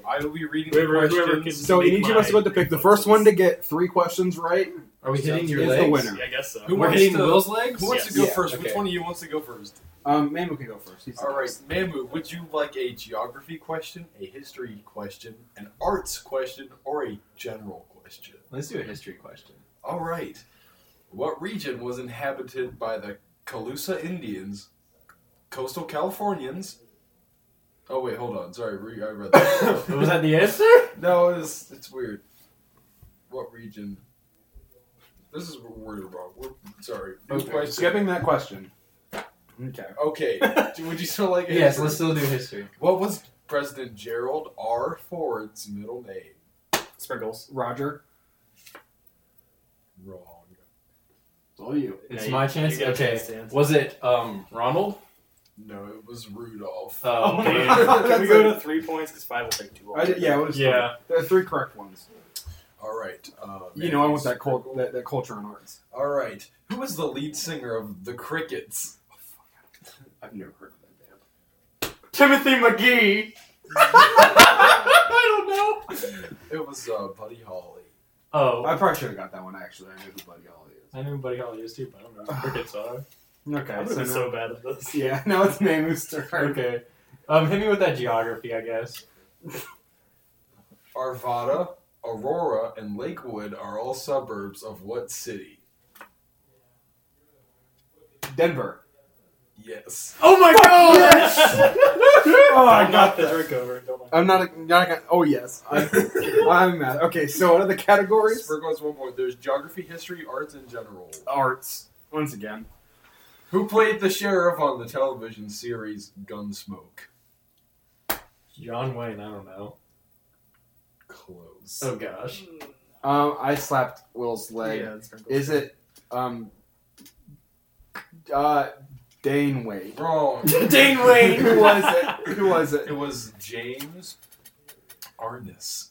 S2: I will be reading
S3: Whoever-
S2: the
S3: whoever
S2: questions.
S1: So
S3: Make
S1: each of us is
S3: my
S1: going to pick the first one to get three questions right.
S4: Are we hitting
S1: Sounds
S4: your
S1: good.
S4: legs?
S1: It's the winner.
S3: Yeah, I guess so.
S2: Who
S4: We're
S2: wants
S4: hitting
S2: to-
S4: Will's legs?
S2: Who wants
S3: Yes.
S2: to go
S1: Yeah,
S2: first? Which
S4: okay.
S2: one of you wants to go first?
S1: Um, Mamu can go first. He's the
S2: All right,
S1: first.
S2: Mamu, would you like a geography question, a history question, an arts question, or a general question?
S4: Let's do a history question.
S2: All right. What region was inhabited by the Calusa Indians, coastal Californians, Oh wait, hold on. Sorry, re- I read that.
S4: Was that the answer?
S2: No, it's it's weird. What region? This is where we're wrong. We're sorry. New
S1: Okay,
S2: question.
S1: skipping that question. Okay.
S2: Okay. Do- Would you still like it?
S4: yes, let's still do history.
S2: What was President Gerald R. Ford's middle name?
S3: Sprinkles.
S1: Roger,
S2: Wrong.
S1: it's all you.
S3: Yeah,
S4: It's
S3: you-
S4: my chance.
S3: you get a
S4: okay.
S3: chance to answer.
S4: Was it um Ronald?
S2: No, it was Rudolph.
S4: Oh,
S1: Oh,
S4: man.
S1: no.
S3: Can we
S1: That's
S3: go
S1: a-
S3: to three points? Because five will take too long.
S1: I did, yeah, it was
S3: Yeah.
S1: There are three correct ones.
S2: All right. Uh,
S1: you know, I want that, cult, that, that culture and arts.
S2: All right. Who was the lead singer of the Crickets?
S1: I've never heard of that band.
S3: Timothy McGee.
S2: I don't know. It was uh, Buddy Holly.
S3: Oh,
S1: I probably should have got that one actually. I knew who Buddy Holly is.
S4: I know Buddy Holly is too, but I don't know.
S3: crickets are.
S1: Okay,
S3: I'm
S1: so,
S3: so,
S1: now,
S3: so bad at this.
S1: yeah, now it's Namu's turn.
S4: Okay. Um, hit me with that geography, I guess.
S2: Arvada, Aurora, and Lakewood are all suburbs of what city?
S1: Denver.
S2: Yes.
S3: Oh my god!
S1: oh,
S3: I
S1: I got
S3: knocked the
S1: that.
S3: drink over. Don't mind.
S1: I'm not. A, not a, oh yes, I, I'm mad. Okay, so what are the categories?
S2: Sprinkles one more. There's geography, history, arts, and general.
S1: Arts. Once again,
S2: Who played the sheriff on the television series Gunsmoke?
S4: John Wayne, I don't know.
S2: Close.
S1: Uh,
S4: Oh gosh.
S1: um, I slapped Will's leg.
S3: Yeah, it's sprinkles.
S1: Is it um uh Dane Wade?
S2: Wrong.
S3: Dane
S1: Who was it? Who was it?
S2: It was James Arness.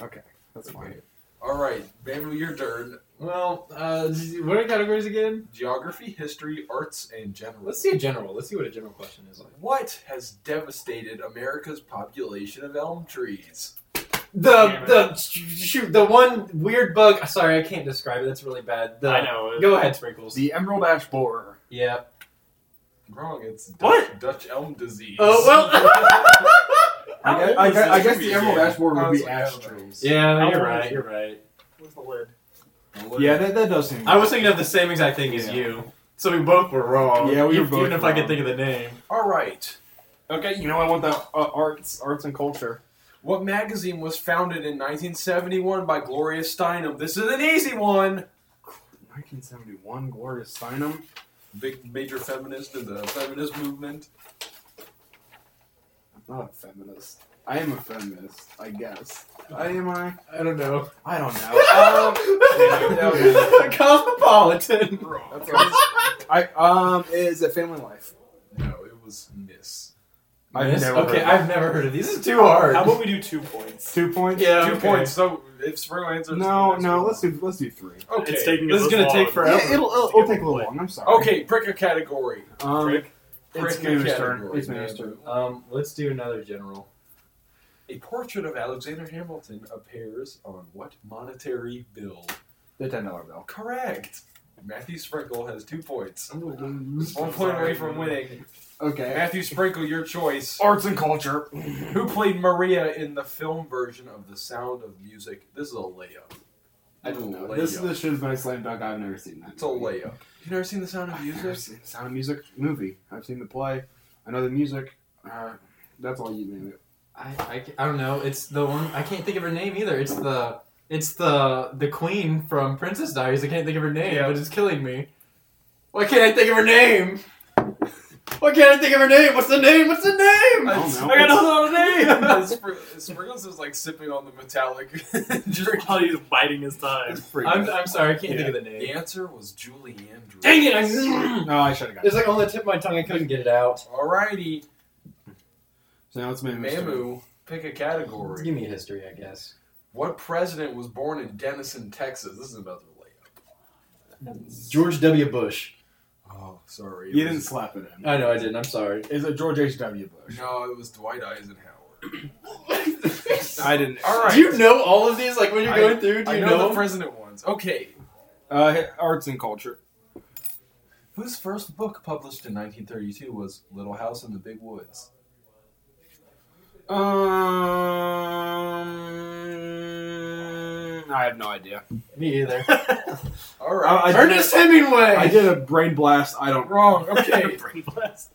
S1: Okay, that's fine.
S2: All right, Bamboo, your turn.
S4: Well, uh, what are categories again?
S2: Geography, history, arts, and general.
S4: Let's see a general. Let's see what a general question is like.
S2: What has devastated America's population of elm trees?
S4: The
S3: Damn it.
S4: the shoot the one weird bug. Sorry, I can't describe it. That's really bad. The,
S3: I know. it-
S4: Go ahead, sprinkles.
S1: The Emerald Ash Borer.
S4: Yeah.
S2: Wrong. It's Dutch,
S3: What?
S2: Dutch elm disease.
S4: Oh well.
S1: I
S3: How
S1: guess,
S3: old
S1: I
S3: was
S1: guess,
S3: this
S1: I guess
S3: movie
S1: the Emerald
S3: again?
S1: Ash Borer
S2: I
S1: would
S2: was
S1: be
S2: like,
S1: ash
S2: I don't know.
S1: trees.
S4: yeah,
S3: How
S4: you're
S3: old
S4: right.
S3: is
S4: You're right.
S3: Where's the lid?
S1: Yeah, that, that does seem.
S4: I was thinking of the same exact thing as
S1: Yeah.
S4: you. So we both were wrong.
S1: Yeah, we
S4: even,
S1: were both
S4: even if I could
S1: wrong.
S4: think of the name.
S2: All right.
S1: Okay, you know I want the uh, arts, arts and culture.
S2: What magazine was founded in 1971 by Gloria Steinem? This is an easy one.
S1: 1971, Gloria Steinem.
S2: Big major feminist in the feminist movement.
S1: I'm not a feminist. I am a feminist, I guess. I am I?
S4: I don't know.
S1: I don't
S2: Um,
S1: know. okay.
S4: Cosmopolitan.
S1: um, that's what I, I um is it Family Life?
S2: No, it was Miss.
S1: I've
S4: Yes?
S1: never heard
S4: okay,
S1: of
S4: I've never heard of these. This is too hard.
S3: How about we do two points?
S1: Two points.
S4: Yeah.
S2: Two
S4: okay.
S2: points. So if Spring answers,
S1: No, no. Let's do let's do three.
S2: Okay.
S3: It's taking
S4: This
S3: us
S4: is gonna
S3: long.
S4: take forever.
S1: Yeah, it'll, it'll, it'll take a little long. I'm sorry.
S2: Okay, prick a category.
S1: Um,
S3: Frick.
S1: It's
S2: Prick a
S1: Manu's turn.
S2: category,
S1: It's
S2: man.
S1: Manu's turn.
S4: Um, let's do another general.
S2: A portrait of Alexander Hamilton appears on what monetary bill?
S1: The ten dollar bill.
S2: Correct. Matthew Sprinkle has two points.
S4: I'm gonna
S2: One point away from winning.
S1: Okay.
S2: Matthew Sprinkle, your choice.
S1: Arts and culture.
S2: Who played Maria in the film version of The Sound of Music? This is a layup.
S1: I don't know.
S2: Layup.
S1: This this should have been a slam dunk. I've never seen that.
S2: It's a layup. You never seen The Sound of
S1: I've never
S2: Music?
S1: seen the Sound of Music movie. I've seen the play. I know the music. Uh, that's all you name it.
S4: I, I, ca- I don't know. It's the one I can't think of her name either. It's the it's the the queen from Princess Diaries. I can't think of her name, but it's killing me. Why can't I think of her name? Why can't I think of her name? What's the name? What's the name?
S2: Oh,
S1: I don't know.
S4: I got another name.
S2: Spr- Sprinkles is like sipping on the metallic drink.
S3: While he's biting his time.
S1: It's pretty.
S4: I'm,
S1: good.
S4: I'm sorry. I can't think of the
S2: The
S4: name.
S2: answer was Julie Andrews.
S4: Dang it! I,
S1: no, I should have got. It.
S4: it's like on the tip of my tongue. I couldn't get it out.
S2: Alrighty,
S1: So now it's Mamu's turn.
S2: Mamu, pick a category.
S4: Give me a history, I guess.
S2: What president was born in Denison, Texas? This is another layup.
S4: George W. Bush.
S2: Oh, sorry. it
S1: You didn't
S2: was-
S1: slap it in.
S4: I know I didn't. I'm sorry.
S1: Is it George H. W. Bush?
S2: No, it was Dwight Eisenhower.
S1: I didn't.
S2: All right.
S4: Do you know all of these? Like when you're
S2: I-
S4: going through, do
S2: I
S4: you
S2: know,
S4: know?
S2: the president ones. Okay.
S1: Uh, hi- arts and culture.
S2: Whose first book published in 1932 was Little House in the Big Woods?
S1: Um, I have no idea.
S4: Me either.
S2: All right.
S1: I-
S4: Ernest Hemingway.
S1: I did a brain blast. I don't.
S2: Wrong. Okay.
S3: Brain blast.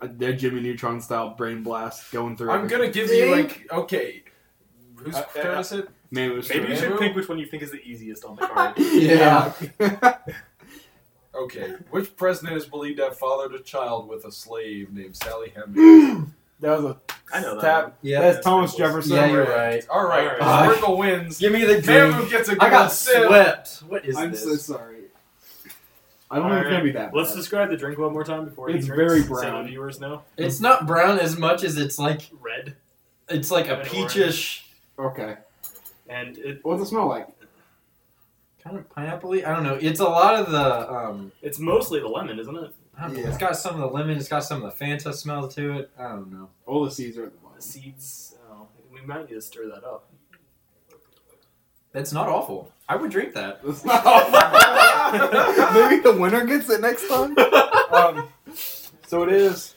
S1: their Jimmy Neutron style brain blast going through.
S2: I'm
S1: it.
S2: gonna give
S1: See?
S2: you like okay. Who's
S1: Uh, uh,
S2: turn is it?
S1: Maybe it was
S3: Maybe you
S1: Terminator.
S3: should
S2: True.
S3: pick which one you think is the easiest on the card.
S1: Yeah.
S2: Okay. Which president is believed to have fathered a child with a slave named Sally Hemings?
S1: that was a
S3: I know that.
S1: tap.
S5: Yeah.
S1: That's
S3: That's
S1: Thomas
S3: pretty
S1: Jefferson.
S5: Yeah, you're right.
S2: All right.
S3: All
S5: right.
S2: Sprinkle wins.
S5: Give me the
S2: Man
S5: drink.
S2: who gets a
S5: I
S2: good
S5: got
S2: sip.
S5: swept. What is
S1: I'm
S5: this?
S1: so sorry. I don't think it's
S3: Alright.
S1: gonna be that.
S3: Let's
S1: bad.
S3: describe the drink one more time before
S1: It's
S3: he drinks,
S1: very
S3: so
S1: brown.
S3: the viewers know.
S5: It's not brown as much as it's like
S3: Red,
S5: it's like a
S3: And
S5: peachish
S1: Okay.
S3: and it
S1: What's it smell like?
S5: kind of pineapple-y. I don't know. It's a lot of the um.
S3: it's mostly the lemon, isn't it?
S5: I don't know,
S1: Yeah.
S5: It's got some of the lemon. It's got some of the Fanta smell to it. I don't know.
S1: All the seeds are at the bottom.
S3: The seeds. Oh, we might need to stir that up.
S5: That's not awful. I would drink that.
S1: That's not awful. Maybe the winner gets it next time. Um, so it is.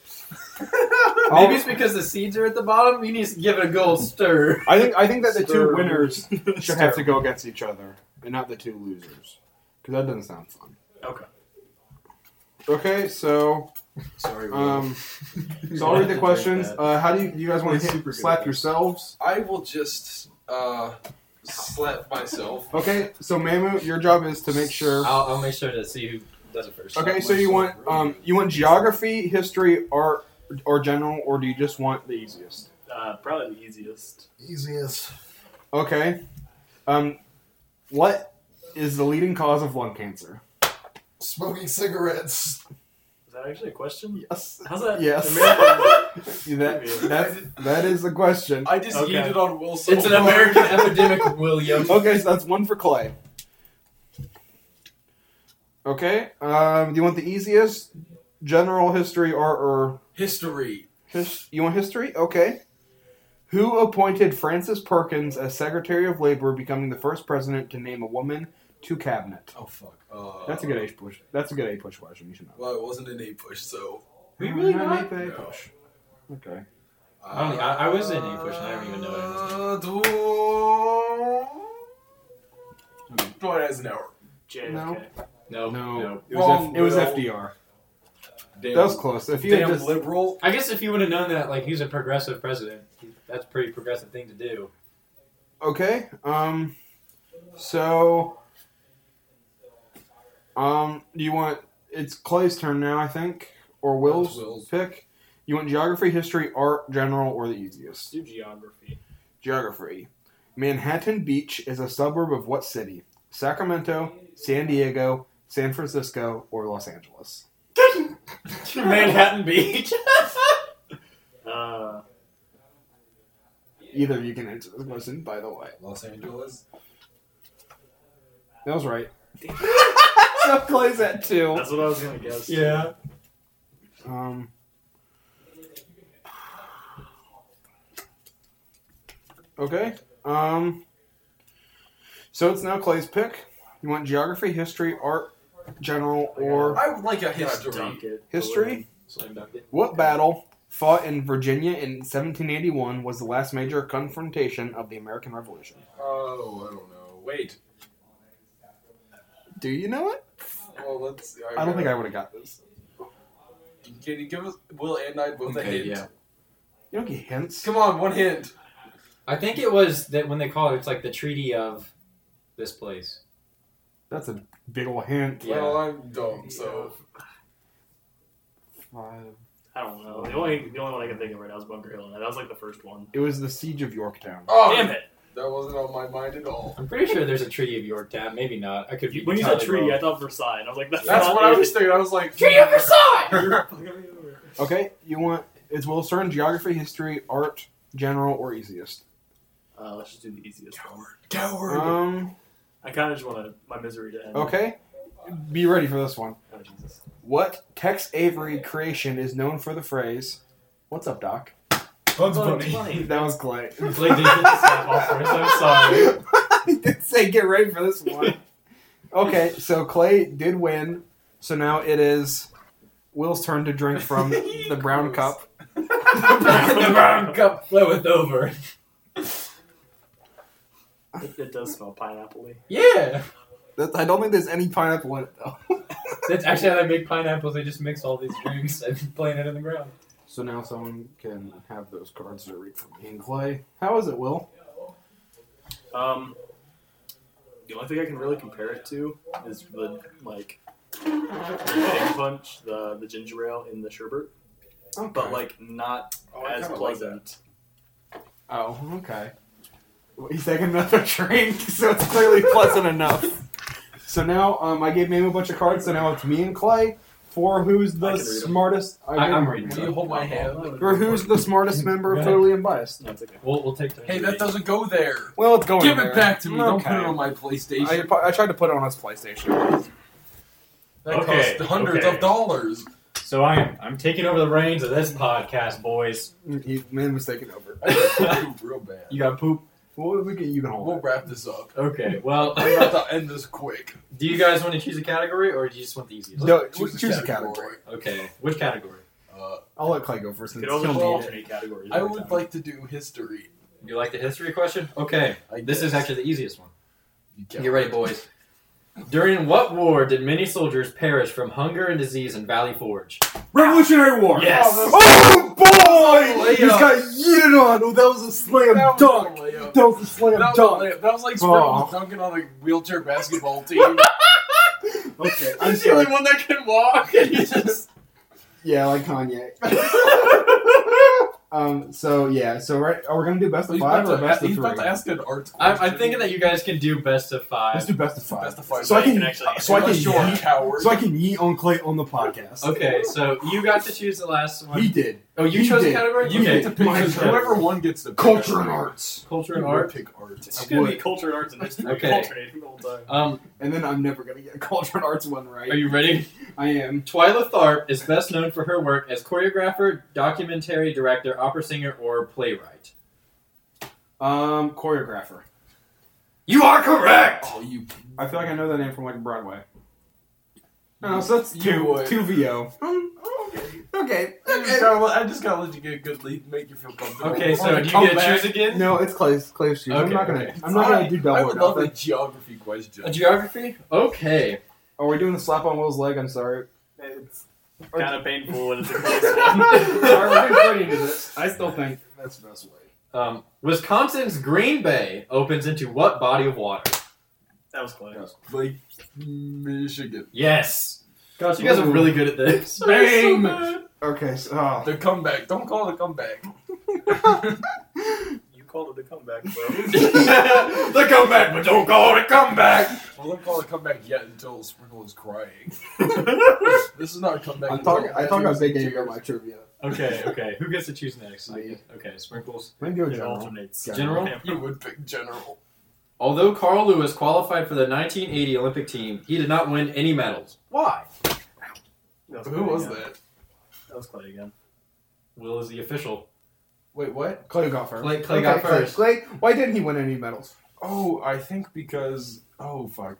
S5: Maybe it's because the seeds are at the bottom. You need to give it a good stir.
S1: I think I think that the
S5: Stir.
S1: two winners should have to
S5: Stir.
S1: go against each other, and not the two losers, because that doesn't sound fun.
S3: Okay.
S1: Okay, so
S5: Sorry. Will.
S1: um, so I'll read the questions. Uh, how do you, you guys want
S5: It's super
S1: to
S5: good at
S1: slap
S5: that.
S1: yourselves?
S2: I will just uh slap myself.
S1: Okay, so Mamu, your job is to make sure.
S5: I'll, I'll make sure to see who does it first.
S1: Okay, so you want um, you want geography, history, art, or general, or do you just want the easiest?
S3: Uh, probably the easiest.
S6: Easiest.
S1: Okay. Um, what is the leading cause of lung cancer?
S6: Smoking cigarettes.
S3: Is that actually a question?
S1: Yes.
S3: How's that?
S1: Yes.
S3: American-
S1: That, that, that is the question.
S2: I just
S3: Okay.
S2: yeeted on Wilson.
S5: It's an American epidemic, William.
S1: Okay, so that's one for Clay. Okay. Um, do you want the easiest? General history or, or
S2: history.
S1: his, you want history? Okay. Who appointed Frances Perkins as Secretary of Labor, becoming the first president to name a woman to cabinet?
S2: Oh fuck. Uh,
S1: That's a good age push. That's a good age push question. You should know.
S2: Well, it wasn't an A push, so
S5: We really not?
S1: Make the A
S2: No.
S1: push. Okay.
S5: I don't- I- I was in A push, and I don't even know it.
S2: Uh, do- Dwight Eisenhower.
S3: JFK.
S1: No.
S5: No,
S1: No,
S5: no.
S1: it was,
S2: Wrong,
S1: F- it was
S2: Will.
S1: FDR.
S2: Damn,
S1: That was close. If you had
S2: damn
S1: just,
S2: liberal.
S4: I guess if you would have known that, like, he's a progressive president, that's a pretty progressive thing to do.
S1: okay, um, so, um, do you want it's Clay's turn now? I think or Will's,
S2: That's Will's.
S1: pick. You want geography, history, art, general, or the easiest?
S3: Do geography.
S1: Geography. Manhattan Beach is a suburb of what city? Sacramento, San Diego, San Francisco, or Los Angeles?
S5: Manhattan Beach.
S3: Uh,
S1: Either of you can answer this question. By the way,
S2: Los Angeles.
S1: that was right. so Clay's at two.
S3: that's what I was gonna guess.
S5: yeah.
S1: Um. Okay. Um. So it's now Clay's pick. You want geography, history, art, general, or
S2: I would like a
S3: History.
S2: history.
S1: history?
S4: Slam dunk it.
S1: What battle fought in Virginia in 1781 was the last major confrontation of the American Revolution?
S2: Oh, I don't know. Wait.
S1: Do you know it?
S2: Well, let's.
S1: I don't think I would have got this.
S2: Can you give us Will and I both a
S5: Okay,
S2: hint?
S5: yeah.
S1: You don't get hints.
S2: Come on, one hint.
S4: I think it was that when they call it, it's like the Treaty of this place.
S1: That's a big ol' hint.
S4: Yeah.
S2: Well, I'm dumb, so
S1: Five.
S3: I don't know. The only the only one I can think of right now is Bunker Hill. and That was like the first one.
S1: It was the siege of Yorktown.
S2: oh,
S3: Damn it!
S2: that wasn't on my mind at all.
S4: I'm pretty sure there's a Treaty of Yorktown. Maybe not. I could be.
S3: When you said
S4: entirely
S3: tree,
S4: wrong.
S3: I thought Versailles. And I was like, that's,
S2: That's
S3: not
S2: what I
S3: it.
S2: was thinking. I was like,
S5: Treaty of Versailles.
S2: You're
S1: Okay, you want it's Will Stern, geography, history, art, general, or easiest.
S3: Uh, let's just do the easiest one.
S2: coward.
S1: Um.
S3: I kind of just want my misery to end.
S1: Okay, be ready for this one.
S3: Oh, Jesus.
S1: What Tex Avery creation is known for the phrase? What's up, Doc?
S6: Bugs
S3: Bunny.
S6: Bunny.
S1: That was Clay.
S4: Clay did get the slap off first. I'm sorry.
S1: I did say get ready for this one. Okay, so Clay did win. So now it is Will's turn to drink from the brown cup.
S5: the brown cup floweth over.
S3: It, it does smell pineapple-y.
S5: Yeah.
S1: That- I don't think there's any pineapple in it though.
S4: That's actually how they make pineapples. They just mix all these drinks and plant it in the ground.
S1: So now someone can have those cards to read from me and Clay. How is it, Will?
S3: Um, the only thing I can really compare it to is the like the Bang punch, the the ginger ale in the sherbet, but like not
S6: Oh, I
S3: as
S6: kinda like
S3: pleasant.
S1: oh, okay. Well, He's taking another drink, so it's clearly pleasant enough. So now um, I gave Mame a bunch of cards, so now it's me and Clay for who's
S3: I
S1: the
S3: can read 'em.
S1: smartest.
S4: I- I'm
S1: can-
S4: reading
S2: Will you hold my hand?
S1: Or who's the smartest member of
S4: Yeah.
S1: Totally Unbiased?
S3: No, it's okay.
S4: We'll, we'll take turns.
S2: Hey,
S4: reading.
S2: that doesn't go there.
S1: Well, it's
S4: Oh,
S1: going
S2: Give
S1: there.
S2: it back to me. Don't put
S1: Okay.
S2: it on my PlayStation.
S1: I, pu- I tried to put it on his PlayStation.
S2: that
S4: Okay,
S2: costs hundreds
S4: okay.
S2: of dollars.
S4: So I am. I'm taking over the reins of this podcast, boys.
S1: He, man was taking over.
S2: I feel real bad.
S4: You got poop.
S1: Well, we can, you can hold
S2: We'll
S1: it.
S2: wrap this up.
S4: Okay. Well,
S2: I'm about to end this quick.
S4: do you guys want to choose a category or do you just want the easiest?
S1: No, choose, a category.
S4: Okay. Which category?
S2: Uh,
S1: I'll let Clay go first.
S3: You
S1: Since
S3: could
S1: he'll
S3: also
S1: need
S3: do
S1: it.
S3: alternate categories.
S2: I
S3: every
S2: would
S3: time.
S2: like to do history.
S4: You like the history question? Okay.
S2: I
S4: This is
S2: guess.
S4: actually the easiest one.
S2: You
S4: Get ready, boys. During what war did many soldiers perish from hunger and disease in Valley Forge?
S1: Revolutionary War.
S4: Yes.
S1: Oh boy!
S2: Layup.
S1: He's got yeeted on. Oh, that was a slam
S2: That was
S1: dunk.
S2: a layup.
S1: That was a slam
S2: That was, a
S1: dunk.
S2: layup. that was like
S1: Oh.
S2: Sprinkles dunking on a wheelchair basketball team.
S1: Okay, I'm
S5: He's the only
S1: sorry.
S5: one that can walk. And he just
S1: Yeah, like Kanye. um. So yeah. So right, are we gonna do best of
S2: he's
S1: five
S2: about,
S1: or
S2: to,
S1: best of
S2: he's
S1: three?
S2: about to ask an arts
S4: I'm,
S2: question.
S4: I'm thinking that you guys can do best of
S1: Let's
S4: five.
S1: do best of five.
S2: Best of five.
S1: So I can,
S3: You can actually-
S1: so I can
S2: short
S1: yeet-
S2: coward.
S1: so I can yeet on Clay on the podcast.
S4: Okay, so you got to choose the last one.
S1: He did
S4: oh, you
S1: he
S4: chose
S1: did.
S4: a category.
S2: you
S4: okay.
S2: get to pick
S1: Mine's
S2: because whoever
S4: category.
S2: won gets to pick.
S1: culture and arts,
S4: culture
S2: You
S4: and art.
S2: Pick art.
S3: It's
S1: I
S3: gonna be
S1: would.
S3: culture and arts and history
S4: Okay.
S3: alternating the whole time.
S4: Um,
S1: and then I'm never gonna get a culture and arts one right.
S4: are you ready?
S1: I am.
S4: Twyla Tharp is best known for her work as choreographer, documentary director, opera singer, or playwright.
S1: Um, choreographer.
S4: You are correct.
S2: Oh, you.
S1: I feel like I know that name from like Broadway. No, so that's
S2: You
S1: two
S2: would.
S1: two VO. Um, okay,
S2: I just, gotta, let- I just gotta let you get a good lead, make you feel comfortable.
S4: Okay,
S2: On
S4: so
S2: the
S4: do you get to
S2: comeback,
S4: choose again?
S1: No, it's Clay's Clay's shoes. I'm
S4: Okay,
S1: not gonna.
S4: okay.
S1: I'm not gonna do double
S2: I
S1: or
S2: would love a
S1: nothing.
S2: geography question.
S4: A geography? Okay.
S1: Are we doing the slap on Will's leg? I'm sorry.
S3: It's
S1: Or-
S3: kind of painful when it's a close one.
S1: sorry, we're getting pretty into this. I still think that's the best way.
S4: Um, Wisconsin's Green Bay opens into what body of water?
S3: That was close.
S2: like Michigan.
S4: Yes.
S1: Gosh,
S4: You guys are really good at this.
S1: Bang! okay. So, oh.
S2: The comeback. Don't call it a comeback.
S3: You called it a comeback, bro.
S4: the comeback, but don't call it a comeback.
S2: Well, don't call it a comeback yet until Sprinkle is crying. this is not a comeback.
S1: I'm talking.
S2: until-
S1: I talk about big game about my trivia.
S4: Okay, okay. Who gets to choose next?
S1: Me.
S4: I guess- Okay, sprinkles.
S1: Maybe do a
S3: It
S1: general.
S3: alternates.
S4: General?
S2: You would pick general.
S4: Although Carl Lewis qualified for the 1980 Olympic team, he did not win any medals. Why?
S3: That was
S2: Who
S3: Clay
S2: was
S3: again.
S2: that?
S3: That was Clay again.
S4: Will is the official.
S2: Wait, what?
S1: Clay got first.
S4: Clay- Clay
S1: Okay,
S4: got first.
S1: Clay, why didn't he win any medals?
S2: Oh, I think because oh fuck,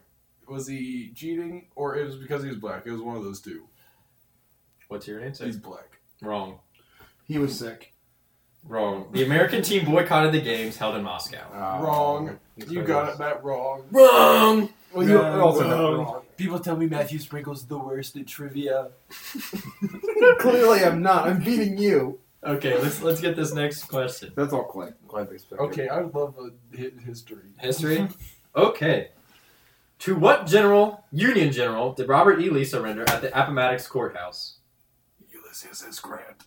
S2: was he cheating or it was because he was black? It was one of those two.
S4: What's your answer?
S2: He's black.
S4: Wrong.
S1: He was sick.
S4: Wrong. The American team boycotted the games held in Moscow.
S1: Um,
S4: Uh,
S2: Wrong. You got it, Matt. Wrong.
S4: Wrong.
S1: Well, you
S2: No,
S1: also
S2: wrong.
S1: got wrong.
S2: People tell me Matthew Sprinkle's the worst at trivia.
S1: Clearly, I'm not. I'm beating you.
S4: Okay, let's let's get this next question.
S1: That's all Clay. Clay thinks better.
S2: Okay, I would love a hit in history.
S4: History. Okay. To what general, Union general, did Robert E. Lee surrender at the Appomattox courthouse?
S2: Ulysses S. Grant.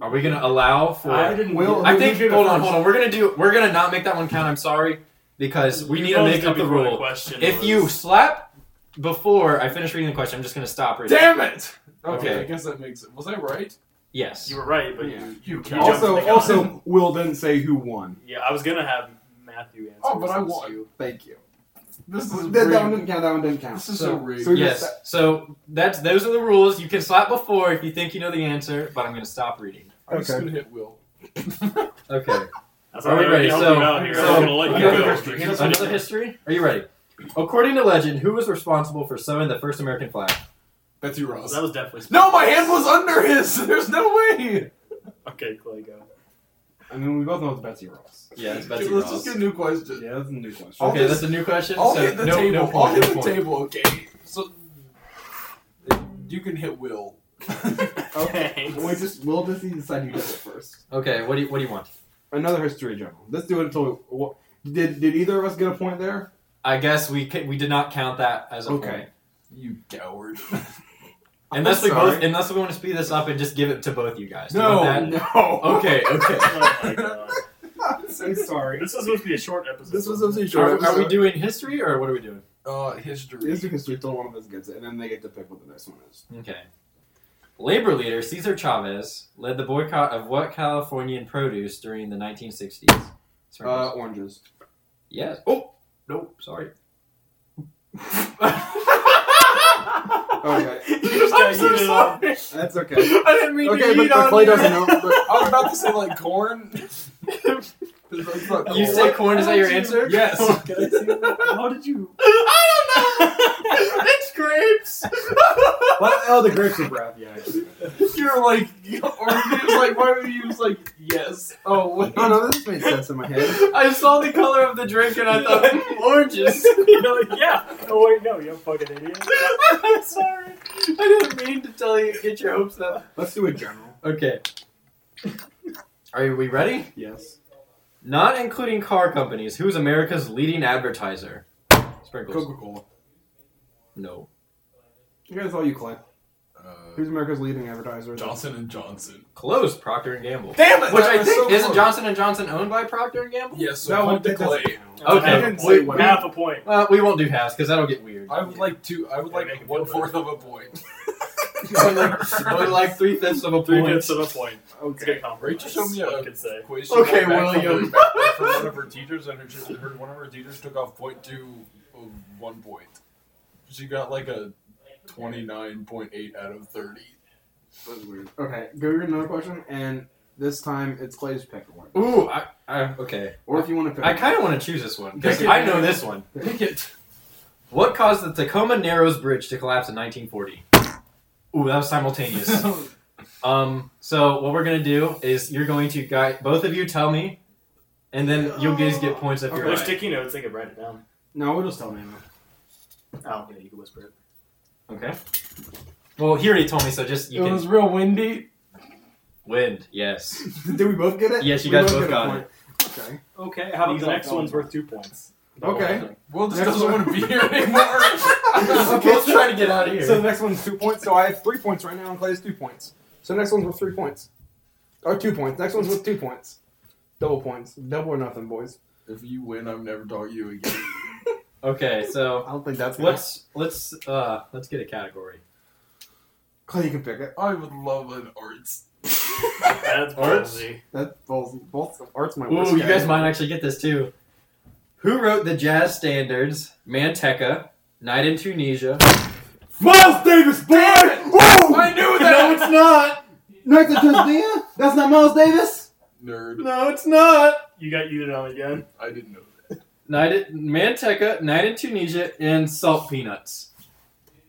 S4: Are we gonna allow for?
S3: didn't.
S1: Will-
S4: I
S1: Who-
S4: think.
S1: who did it
S4: Hold on,
S1: first?
S4: hold on. We're gonna do. We're gonna not make that one count. I'm sorry, because we need to make up the rule.
S3: question
S4: If
S3: was-
S4: you slap before I finish reading the question, I'm just gonna stop reading.
S2: Damn it! Okay,
S4: Okay.
S2: I guess that makes it. Was I right?
S4: Yes.
S3: you were right, but
S1: Yeah.
S3: you, you,
S2: You
S3: you
S1: Also,
S3: jumped the gun.
S1: also, Will didn't say who won.
S3: yeah, I was gonna have Matthew answer.
S2: Oh, but I
S3: since
S2: won.
S3: you-
S1: Thank you.
S2: This is
S1: That,
S2: rigged.
S1: that one didn't count. That one didn't count.
S2: This is
S1: so,
S2: so rigged.
S1: we just-
S4: yes. So that's those are the rules. You can slap before if you think you know the answer, but I'm gonna stop reading.
S2: I'm just
S1: Okay.
S2: gonna hit Will.
S4: Okay.
S3: That's
S4: Are we
S3: why I
S4: ready?
S3: helped
S4: So-
S3: you out here. I
S4: so-
S3: was gonna let
S2: another
S3: you
S2: question.
S3: go.
S2: Here's
S4: Another history. Are you ready? According to legend, who was responsible for sewing the first American flag?
S2: Betsy
S3: Well,
S2: Ross.
S3: that was definitely.
S2: No, my hand was under his. There's no way.
S3: Okay, Clay, go.
S1: I mean, we both know it's Betsy Ross.
S4: Yeah, it's
S2: Dude,
S4: Betsy
S2: let's
S4: Ross.
S2: just get a new question.
S1: Yeah, that's a new question.
S2: I'll
S4: okay,
S2: just-
S4: that's a new question.
S2: I'll
S4: so
S2: hit the
S4: no,
S2: table.
S4: No point,
S2: I'll hit
S4: no
S2: the
S4: point.
S2: table. Okay, so you can hit Will.
S1: we just we'll just decide you did it first.
S4: Okay, what do you what do you want?
S1: Another history journal. Let's do it until we. What, did did either of us get a point there?
S4: I guess we ca- we did not count that as a
S1: Okay.
S4: point.
S2: You coward.
S1: I'm
S4: Unless we
S1: sorry.
S4: both unless we want to speed this up and just give it to both you guys. Do you
S2: No.
S4: want that?
S1: No.
S4: Okay, okay.
S3: oh my god.
S1: I'm so sorry.
S3: This was supposed to be a short episode.
S1: This was a
S4: Are,
S1: short.
S4: are we doing history or what are we doing?
S2: Uh, history.
S1: This is history till one of us gets it, and then they get to pick what the next one is.
S4: Okay. Labor leader Cesar Chavez led the boycott of what Californian produce during the 1960s? Sorry,
S1: Uh, oranges.
S4: yes.
S1: oh!
S4: Nope. Sorry.
S1: Okay,
S3: You just got yeeted on.
S1: that's okay.
S4: I didn't mean
S1: Okay, but, but Clay doesn't know. but- I was about to say like corn.
S4: You said corn. Is that your answer?
S2: Yes.
S3: Can I see that? How did you?
S4: it's grapes.
S1: Well, oh, the grapes are brown. Yeah.
S4: You're like, you're like, why were you like, yes? Oh, wait.
S1: No, no, this made sense in my head.
S4: I saw the color of the drink and I thought "Hmm, oranges.
S3: You're like, yeah. Oh wait, no, you fucking idiot.
S4: I'm sorry. I didn't mean to tell you. Get your hopes up.
S1: Let's do a general.
S4: Okay. Are we ready?
S1: Yes.
S4: Not including car companies, who's America's leading advertiser? Sprinkles.
S1: Coca Cola.
S4: No.
S1: Here's all you, Clay.
S2: Uh,
S1: Who's America's leading advertiser?
S2: Johnson and Johnson.
S4: Close. Procter and Gamble.
S1: Damn it!
S4: Which
S1: that
S4: I
S1: was
S4: think
S1: so
S4: isn't
S1: close.
S4: Johnson and Johnson owned by Procter and Gamble?
S2: Yes. So
S1: That
S2: point
S1: one
S2: to
S1: that doesn't
S2: Clay.
S1: count.
S4: Okay.
S1: I didn't say what.
S3: half a point.
S4: Well, we won't do halves because that'll get weird.
S2: I would like to. I would
S3: Yeah, make
S2: like
S3: it
S2: one
S3: feel
S2: fourth of a point.
S4: Only like, only like three fifths of a
S3: Three
S4: point.
S3: fifths of a point. It's a
S1: Okay.
S3: good compromise.
S2: Rachel showed me
S3: one
S2: a
S3: could say.
S2: quiz. Back
S4: Okay,
S2: from
S4: William.
S2: her- back from one of her teachers, and her, just, her one of her teachers took off point two, uh, one point. She got like a twenty nine point eight out of thirty.
S1: That was weird. Okay, go to another question, and this time it's Clay's pick one.
S4: Ooh, I, I okay.
S1: Or if you want to pick,
S4: I kind of want to choose this one because
S2: Pick it.
S4: I know this one.
S2: Pick it.
S4: What caused the Tacoma Narrows Bridge to collapse in 1940? Ooh, that was simultaneous. um, so what we're gonna do is you're going to guy both of you tell me, and then you guys get points if you're
S3: There's
S4: right.
S3: sticky notes. They could write it down.
S1: no, we'll just tell me. now.
S3: Oh, yeah, you can whisper it.
S4: Okay. Well, he already told me, so just you
S7: it
S4: can
S7: was real windy.
S4: wind. Yes.
S1: Did we both get it?
S4: Yes, you
S1: We
S4: guys both
S1: get a
S4: got
S1: point. Okay.
S3: Okay, how about
S7: These
S3: the
S7: are
S3: next
S7: dumb.
S3: one's worth two points?
S1: Okay.
S2: Will just
S1: Next
S2: doesn't
S1: one.
S2: want to be here anymore.
S1: Okay,
S4: Let's try to get out of here.
S1: So the next one's two points. So I have three points right now, and Clay has two points. So next one's with three points, or two points. Next one's with two points. Double points. Double or nothing, boys.
S2: if you win, I'm never talking to you again.
S4: okay, so
S1: I don't think that's what.
S4: let's let's uh let's get a category.
S1: Clay, you can pick it.
S2: I would love an arts.
S3: That's
S4: Arts?
S3: ballsy.
S1: That both, both arts my worst.
S4: Ooh, you guys
S1: category.
S4: might actually get this too. Who wrote the jazz standards? Manteca, Night in Tunisia.
S1: Miles Davis, boy! Whoa!
S2: I knew
S4: No,
S2: that.
S4: it's not.
S1: Night of Tanzania? That's not Miles Davis.
S2: Nerd.
S4: No, it's not.
S3: You got yeeted on again.
S2: I didn't know that.
S4: Night in, Manteca, Night in Tunisia, and Salt Peanuts.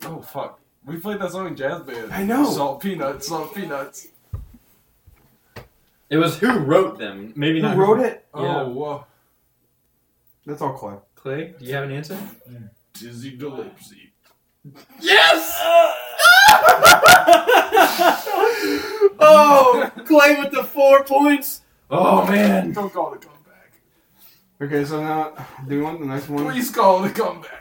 S2: Oh fuck. We played that song in jazz band.
S1: I know.
S2: Salt peanuts. Salt peanuts.
S4: It was who wrote them. Maybe
S1: Who
S4: not.
S1: wrote it?
S4: Yeah.
S2: Oh, whoa.
S1: That's all Clay.
S4: Clay, do you have an answer?
S2: Dizzy Gillespie.
S4: Yes. oh, Clay with the four points. Oh man.
S2: Don't call it a comeback.
S1: Okay, so now do we want the next one?
S2: Please call it a comeback.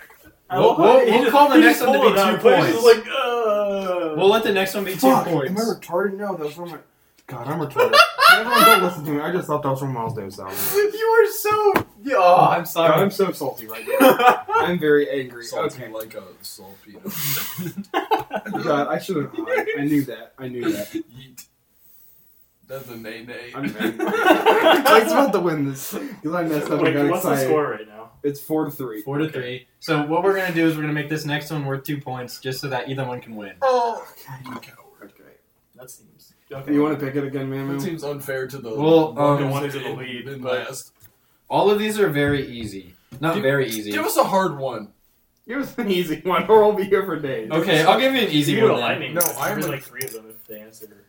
S3: I
S4: We'll-
S3: love how
S4: we'll-
S3: he
S4: we'll
S3: just-
S4: call the
S3: he
S4: next
S3: just
S4: one to
S3: pulled
S4: be
S3: it out.
S4: two
S3: Clay was
S4: points.
S3: just like, uh,
S4: We'll let the next one be two
S1: Fuck, Am
S4: points.
S1: I retarded? No, that was from my. God, I'm retarded. Everyone don't listen to me. I just thought that was from Miles Davis album.
S4: you were so. Oh, I'm
S1: God,
S4: sorry.
S1: I'm so salty right now. I'm very angry.
S2: Salty
S1: Okay.
S2: like a salt peanut.
S1: God, I should have. I knew that. I knew that.
S2: Yeet. That's a nay nay.
S1: I'm angry. Clay's about to win this because I messed up. and
S3: Wait,
S1: got
S3: what's the
S1: excited.
S3: score right now?
S1: It's four to three.
S4: Four to three. So what we're gonna do is we're gonna make this next one worth two points, just so that either one can win.
S2: Oh, you coward.
S1: Okay.
S3: That seems. Okay.
S1: You want to pick it again, man?
S2: That seems unfair to the
S4: Well, um,
S2: who's
S3: The one who's in the
S2: in-
S3: lead,
S2: in
S3: but-
S2: last.
S4: All of these are very easy. Not
S2: Give-
S4: very easy.
S2: Give us a hard one.
S1: It was an easy one, or we'll be here for days.
S4: Okay, I'll give you an
S3: You
S4: easy
S3: know,
S4: one.
S3: I
S4: Then.
S3: mean,
S2: No,
S3: there's
S2: I'm
S3: really
S2: a-
S3: like three of them if they answer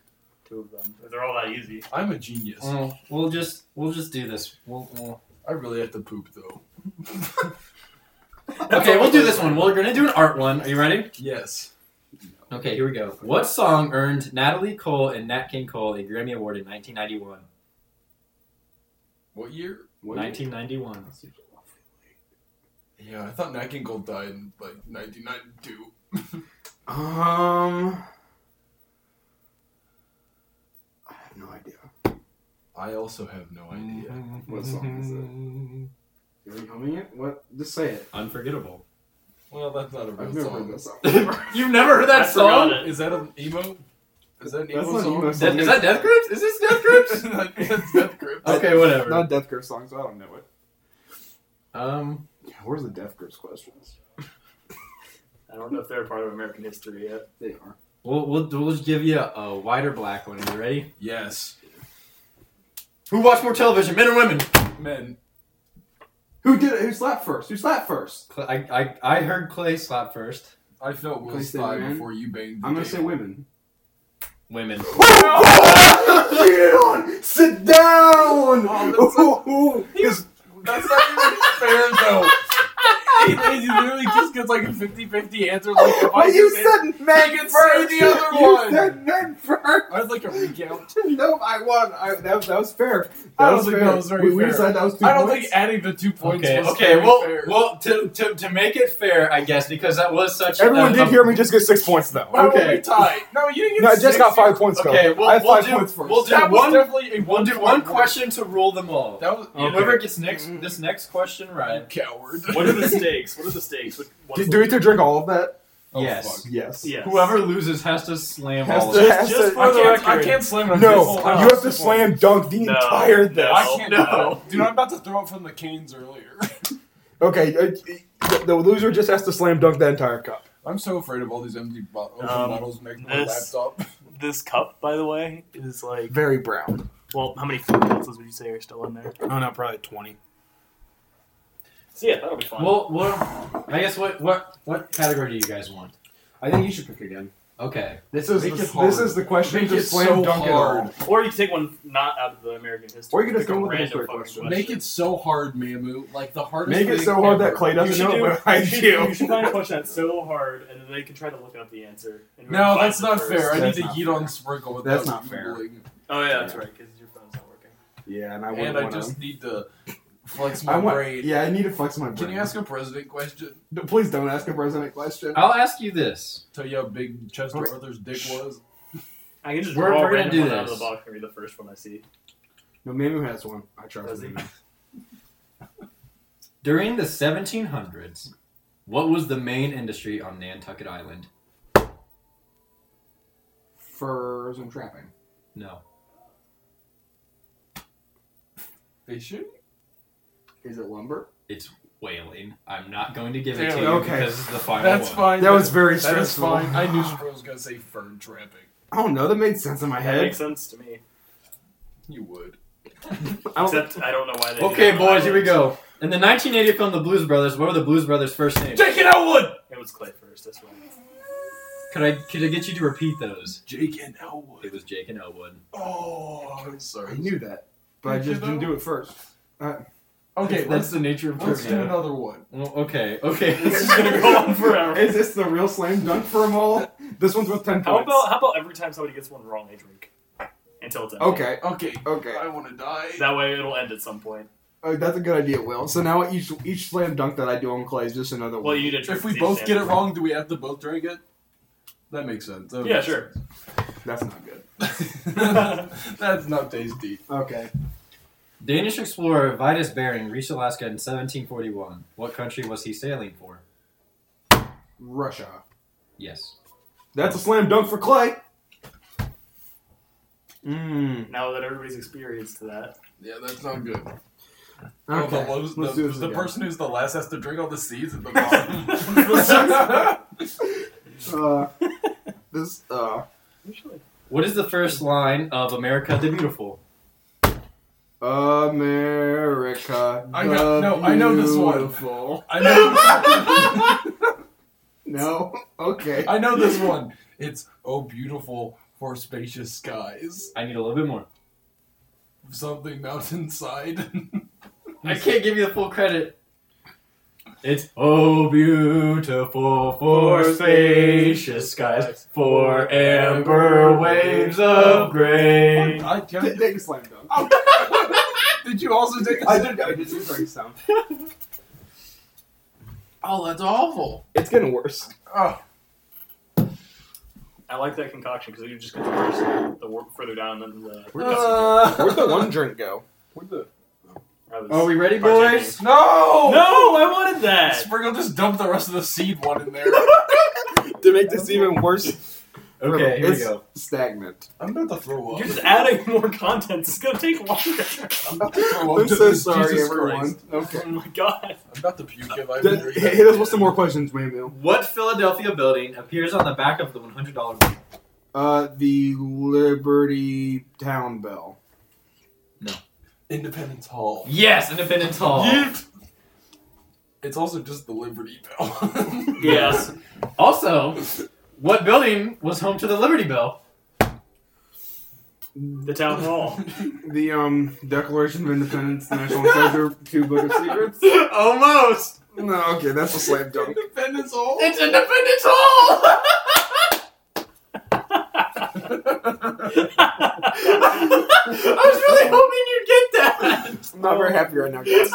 S3: two of them. If they're all that easy.
S2: I'm a genius.
S4: Well, Uh, we'll just we'll just do this. We'll, we'll...
S2: I really have to poop though.
S4: Okay, we'll do this one. We're gonna do an art one. Are you ready?
S2: Yes.
S4: Okay, here we go. What song earned Natalie Cole and Nat King Cole a Grammy Award in 1991?
S2: What year?
S4: 1991.
S2: Yeah, I thought Nat King Cole died in like 1992.
S1: Um, I have no idea.
S2: I also have no
S1: Mm.
S2: idea.
S1: What song is it? You're humming it? What? Just say it.
S4: Unforgettable.
S2: Well, that's not a real
S1: I've never heard
S2: song.
S1: that song.
S4: You've never heard
S3: I
S4: that
S3: forgot
S4: song?
S3: it.
S2: Is that an emo? Is that an
S1: That's
S2: emo
S1: not an
S2: song?
S1: emo
S4: Death- is that Death Grips? Is this Death Grips?
S2: Like, that's Death Grips.
S4: okay, whatever.
S1: Not a Death Grips song, so I don't know it.
S4: um,
S1: Yeah, where's the Death Grips questions?
S3: I don't know if they're a part of American history yet.
S1: They are.
S4: we'll, we'll we'll just give you a, a wider black one. Are you ready?
S2: Yes.
S4: Who watched more television, men or women?
S2: Men.
S1: Who did it? Who slapped first? Who slapped first?
S4: Cl- I, I I heard Clay slap first.
S2: I felt Will
S1: Please say
S2: thigh
S1: men.
S2: before you banged the
S1: I'm gonna
S2: table.
S1: say women.
S4: Women.
S1: Sit down!
S2: He's- That's not even fair, though. he, he literally just gets like a 50 50 answer. Like, if I
S1: But you
S2: did-
S1: said
S2: He
S1: men
S2: can say
S1: first.
S2: the other
S1: you
S2: one.
S1: said men first.
S2: I'd like a recount.
S1: Nope, I won. I, that, that was fair. That
S2: I don't
S1: was
S2: think
S1: fair.
S2: that was very
S1: we, we
S2: fair.
S1: decided that was two
S2: I don't
S1: points.
S2: think adding the two points
S4: Okay,
S2: was
S4: okay.
S2: very
S4: Well,
S2: fair.
S4: well, to, to to make it fair, I guess, because that was such.
S8: Everyone
S4: a,
S8: did hear me just get six points though.
S2: Why were
S4: okay.
S2: we tied? No, you didn't get
S8: No, I just got
S2: six.
S8: five points. Phil.
S4: Okay, we'll,
S8: I have
S4: we'll
S8: five
S4: do,
S8: points first.
S4: we'll do
S2: That was
S4: one.
S2: definitely a
S4: We'll
S2: one
S4: do one question to rule them all.
S2: That was
S4: And Whoever gets next this next question right.
S2: coward.
S3: What are the stakes? What are the stakes? What, what's
S8: Do,
S3: the-
S8: do we have to drink all of that?
S2: Oh,
S4: yes.
S2: fuck.
S1: Yes.
S3: Yes.
S4: Whoever loses has to slam
S8: Has
S4: all
S8: to-
S4: of it.
S8: has
S3: just
S8: to-
S3: for
S2: I
S3: the
S2: can't, I
S3: record.
S2: can't slam it. on
S8: no,
S2: this one.
S8: you have to slam dunk the
S3: No,
S8: entire thing.
S3: no.
S2: I can't.
S4: No.
S2: Dude, I'm about to throw up from the canes earlier.
S8: Okay, uh, the, the loser just has to slam dunk that entire cup.
S2: I'm so afraid of all these empty bo- open
S3: Um,
S2: bottles next to my
S3: this-
S2: laptop.
S3: This cup, by the way, is like
S8: Very brown.
S3: well, how many food ounces would you say are still in there?
S8: Oh no, probably twenty.
S3: So yeah, that'll be fun.
S4: Well, well, I guess what what what category do you guys want?
S1: I think you should pick again.
S4: Okay.
S1: This is
S2: Make
S1: the,
S2: it hard.
S1: this is the question
S2: Make
S1: to
S2: it
S1: slam
S2: so
S1: dunk it
S2: hard.
S1: all.
S3: or you can take one not out of the American history.
S1: Or you can just
S3: Pick
S1: go
S3: a
S1: with the
S3: random
S1: history
S3: fucking
S1: question.
S2: Make it so hard, Mamu. Like the hardest.
S8: Make it
S2: thing
S8: so hard
S2: ever.
S8: that Clay
S3: You
S8: doesn't
S3: should
S8: know
S3: do-
S8: it, but I
S3: you should,
S8: do.
S3: you should find a question that's so hard, and then they can try to look up the answer. and whoever
S2: No,
S3: finds
S2: that's
S3: it
S2: not
S3: first-
S2: fair. I
S1: That's
S2: need to
S1: not
S2: eat
S1: fair.
S2: on Sprinkle without
S1: That's not fair.
S2: Googling.
S3: Oh yeah, that's
S1: Yeah.
S3: right, because your phone's not working.
S1: Yeah, and I wouldn't
S2: And I
S1: wanna-
S2: just need to flex my
S1: I want.
S2: brain.
S1: Yeah, I need to flex my brain.
S2: Can you ask a president question?
S1: No, Please don't ask a president question.
S4: I'll ask you this.
S2: Tell you how big Chester
S1: Okay.
S2: Arthur's dick was.
S3: I can just
S4: We're-
S3: draw
S4: we're
S3: a
S4: gonna
S3: random
S4: do
S3: one out of the
S4: this.
S3: box and be the first one I see.
S1: No, Mamu has one. I trust
S3: Does he?
S1: him.
S4: During the 1700s, what was the main industry on Nantucket Island?
S1: Furs and trapping.
S4: No.
S2: Fishing?
S1: Is it lumber?
S4: It's whaling. I'm not going to give it to
S2: Damn,
S4: you
S1: okay.
S4: because this is the final
S2: That's
S4: one.
S2: fine.
S8: That was very
S2: That is
S8: stressful.
S2: fine. I knew Sprinkle was gonna say fern trapping.
S1: I don't know. That made sense in my
S3: That
S1: head.
S3: makes sense to me.
S2: You would.
S1: I don't,
S3: Except I don't know why they.
S4: Okay,
S3: did it.
S4: boys, here we go. In the 1980 film The Blues Brothers, what were the Blues Brothers' first names? Jake and Elwood!
S3: It was Clay first. That's why.
S4: Could I, could I get you to repeat those?
S2: Jake and
S4: It
S2: Elwood.
S4: was Jake and Elwood.
S2: Oh, I'm
S1: I
S2: sorry.
S1: knew that, but I
S2: Did you
S1: just didn't
S2: though?
S1: do it first.
S2: Okay,
S4: That's
S2: let's
S4: the nature of
S2: let's do
S4: trivia.
S2: another one.
S4: Well, okay, okay.
S3: This is gonna go on forever.
S1: Is this the real slam dunk for them all? This one's worth ten
S3: How
S1: points.
S3: about how about every time somebody gets one wrong, they drink until it's empty.
S1: okay,
S2: Okay,
S1: okay.
S2: I want to die.
S3: That way it'll end at some point.
S1: Uh, that's a good idea, Will. So now each each slam dunk that I do on Clay is just another one.
S3: Well, you need a drink.
S2: if we
S3: to
S2: both
S3: stand
S2: get it
S3: up.
S2: wrong, do we have to both drink it? That makes sense. That
S3: Yeah,
S2: makes
S3: sure.
S1: That's not good.
S2: sense. That's not tasty.
S1: Okay.
S4: Danish explorer Vitus Bering reached Alaska in 1741. What country was he sailing for?
S1: Russia.
S4: Yes.
S1: That's a slam dunk for Clay. Mmm.
S3: Now that everybody's experienced that,
S2: Yeah, that's not good. Oh,
S1: Okay.
S2: the lows,
S1: Let's
S2: the,
S1: do this
S2: the
S1: again.
S2: person who's the last has to drink all the seeds at the bottom.
S3: That's
S1: Uh, this. Uh,
S4: What is the first line of America the Beautiful?
S1: America.
S2: I
S1: the
S2: got- no, I know this one.
S1: beautiful.
S2: I know.
S1: No. Okay.
S2: I know this one. It's oh beautiful for spacious skies,
S4: I need a little bit more.
S2: something mountainside.
S4: I can't give you the full credit. It's oh beautiful for spacious skies, for amber waves of gray.
S2: I,
S1: T-
S2: I,
S1: Take a slam dunk. did you also take? I did. I did drink some.
S9: Oh, that's awful.
S1: It's getting worse.
S3: I like that concoction because you just get the worst, the warp further down than the.
S1: Where'd the one drink go? Where'd the?
S3: I was
S4: Are Oh, we ready,
S3: partaking.
S4: boys?
S2: no!
S3: No, I wanted that.
S2: Sprinkle just dumped the rest of the seed one in there.
S1: to make this even worse,
S4: Okay, here we
S1: it's
S4: go.
S1: Stagnant.
S2: I'm about to throw up.
S3: You're just adding more content. It's gonna take longer.
S2: I'm about to throw up.
S1: I'm so sorry,
S2: Jesus
S1: everyone.
S2: Christ.
S1: Okay.
S3: Oh my god.
S2: I'm about to puke if I
S1: Then- hey, hit us with some more questions, Waymill.
S4: What Philadelphia building appears on the back of the one hundred dollar bill?
S1: Uh, the Liberty Town Bell.
S2: Independence Hall.
S4: Yes, Independence Hall.
S2: It's also just the Liberty Bell.
S3: Yes.
S4: Also, what building was home to the Liberty Bell?
S3: The town hall.
S1: The um Declaration of Independence, National Treasure, Two Book of Secrets.
S4: Almost.
S1: No, okay, that's a slam dunk.
S2: Independence Hall?
S4: It's Independence Hall. I was really hoping you'd get that.
S1: I'm not very happy right now, guys.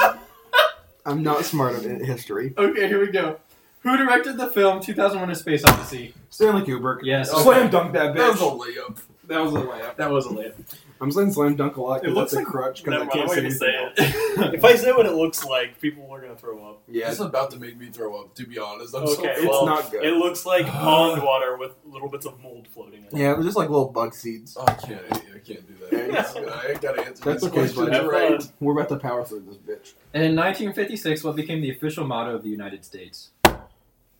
S1: I'm not smart at history.
S4: Okay, here we go. Who directed the film 2001: A Space Odyssey?
S1: Stanley Kubrick.
S4: Yes.
S2: Okay.
S1: Slam dunk that
S2: That was a
S1: bitch.
S2: layup.
S1: That was a layup.
S4: That was a layup.
S1: I'm saying slam dunk a lot
S3: It
S1: because
S3: looks
S1: that's a
S3: like-
S1: crutch because
S3: Never
S1: I
S3: mind,
S1: can't
S3: I'm
S1: say
S3: not gonna
S1: anything.
S3: say it. If I say what it looks like, people are gonna throw up.
S1: Yeah,
S2: It's about to make me throw up, to be honest. I'm
S3: Okay,
S2: so
S1: it's
S3: well,
S1: not good.
S3: It looks
S4: Uh.
S3: like pond water with little bits of mold floating in it.
S1: yeah, they're just like little bug seeds.
S2: Oh, I can't. I can't do that. I gotta answer
S1: That's
S2: this
S1: okay,
S2: question.
S1: buddy.
S2: right.
S1: We're about to power through this bitch.
S4: In 1956, what became the official motto of the United States?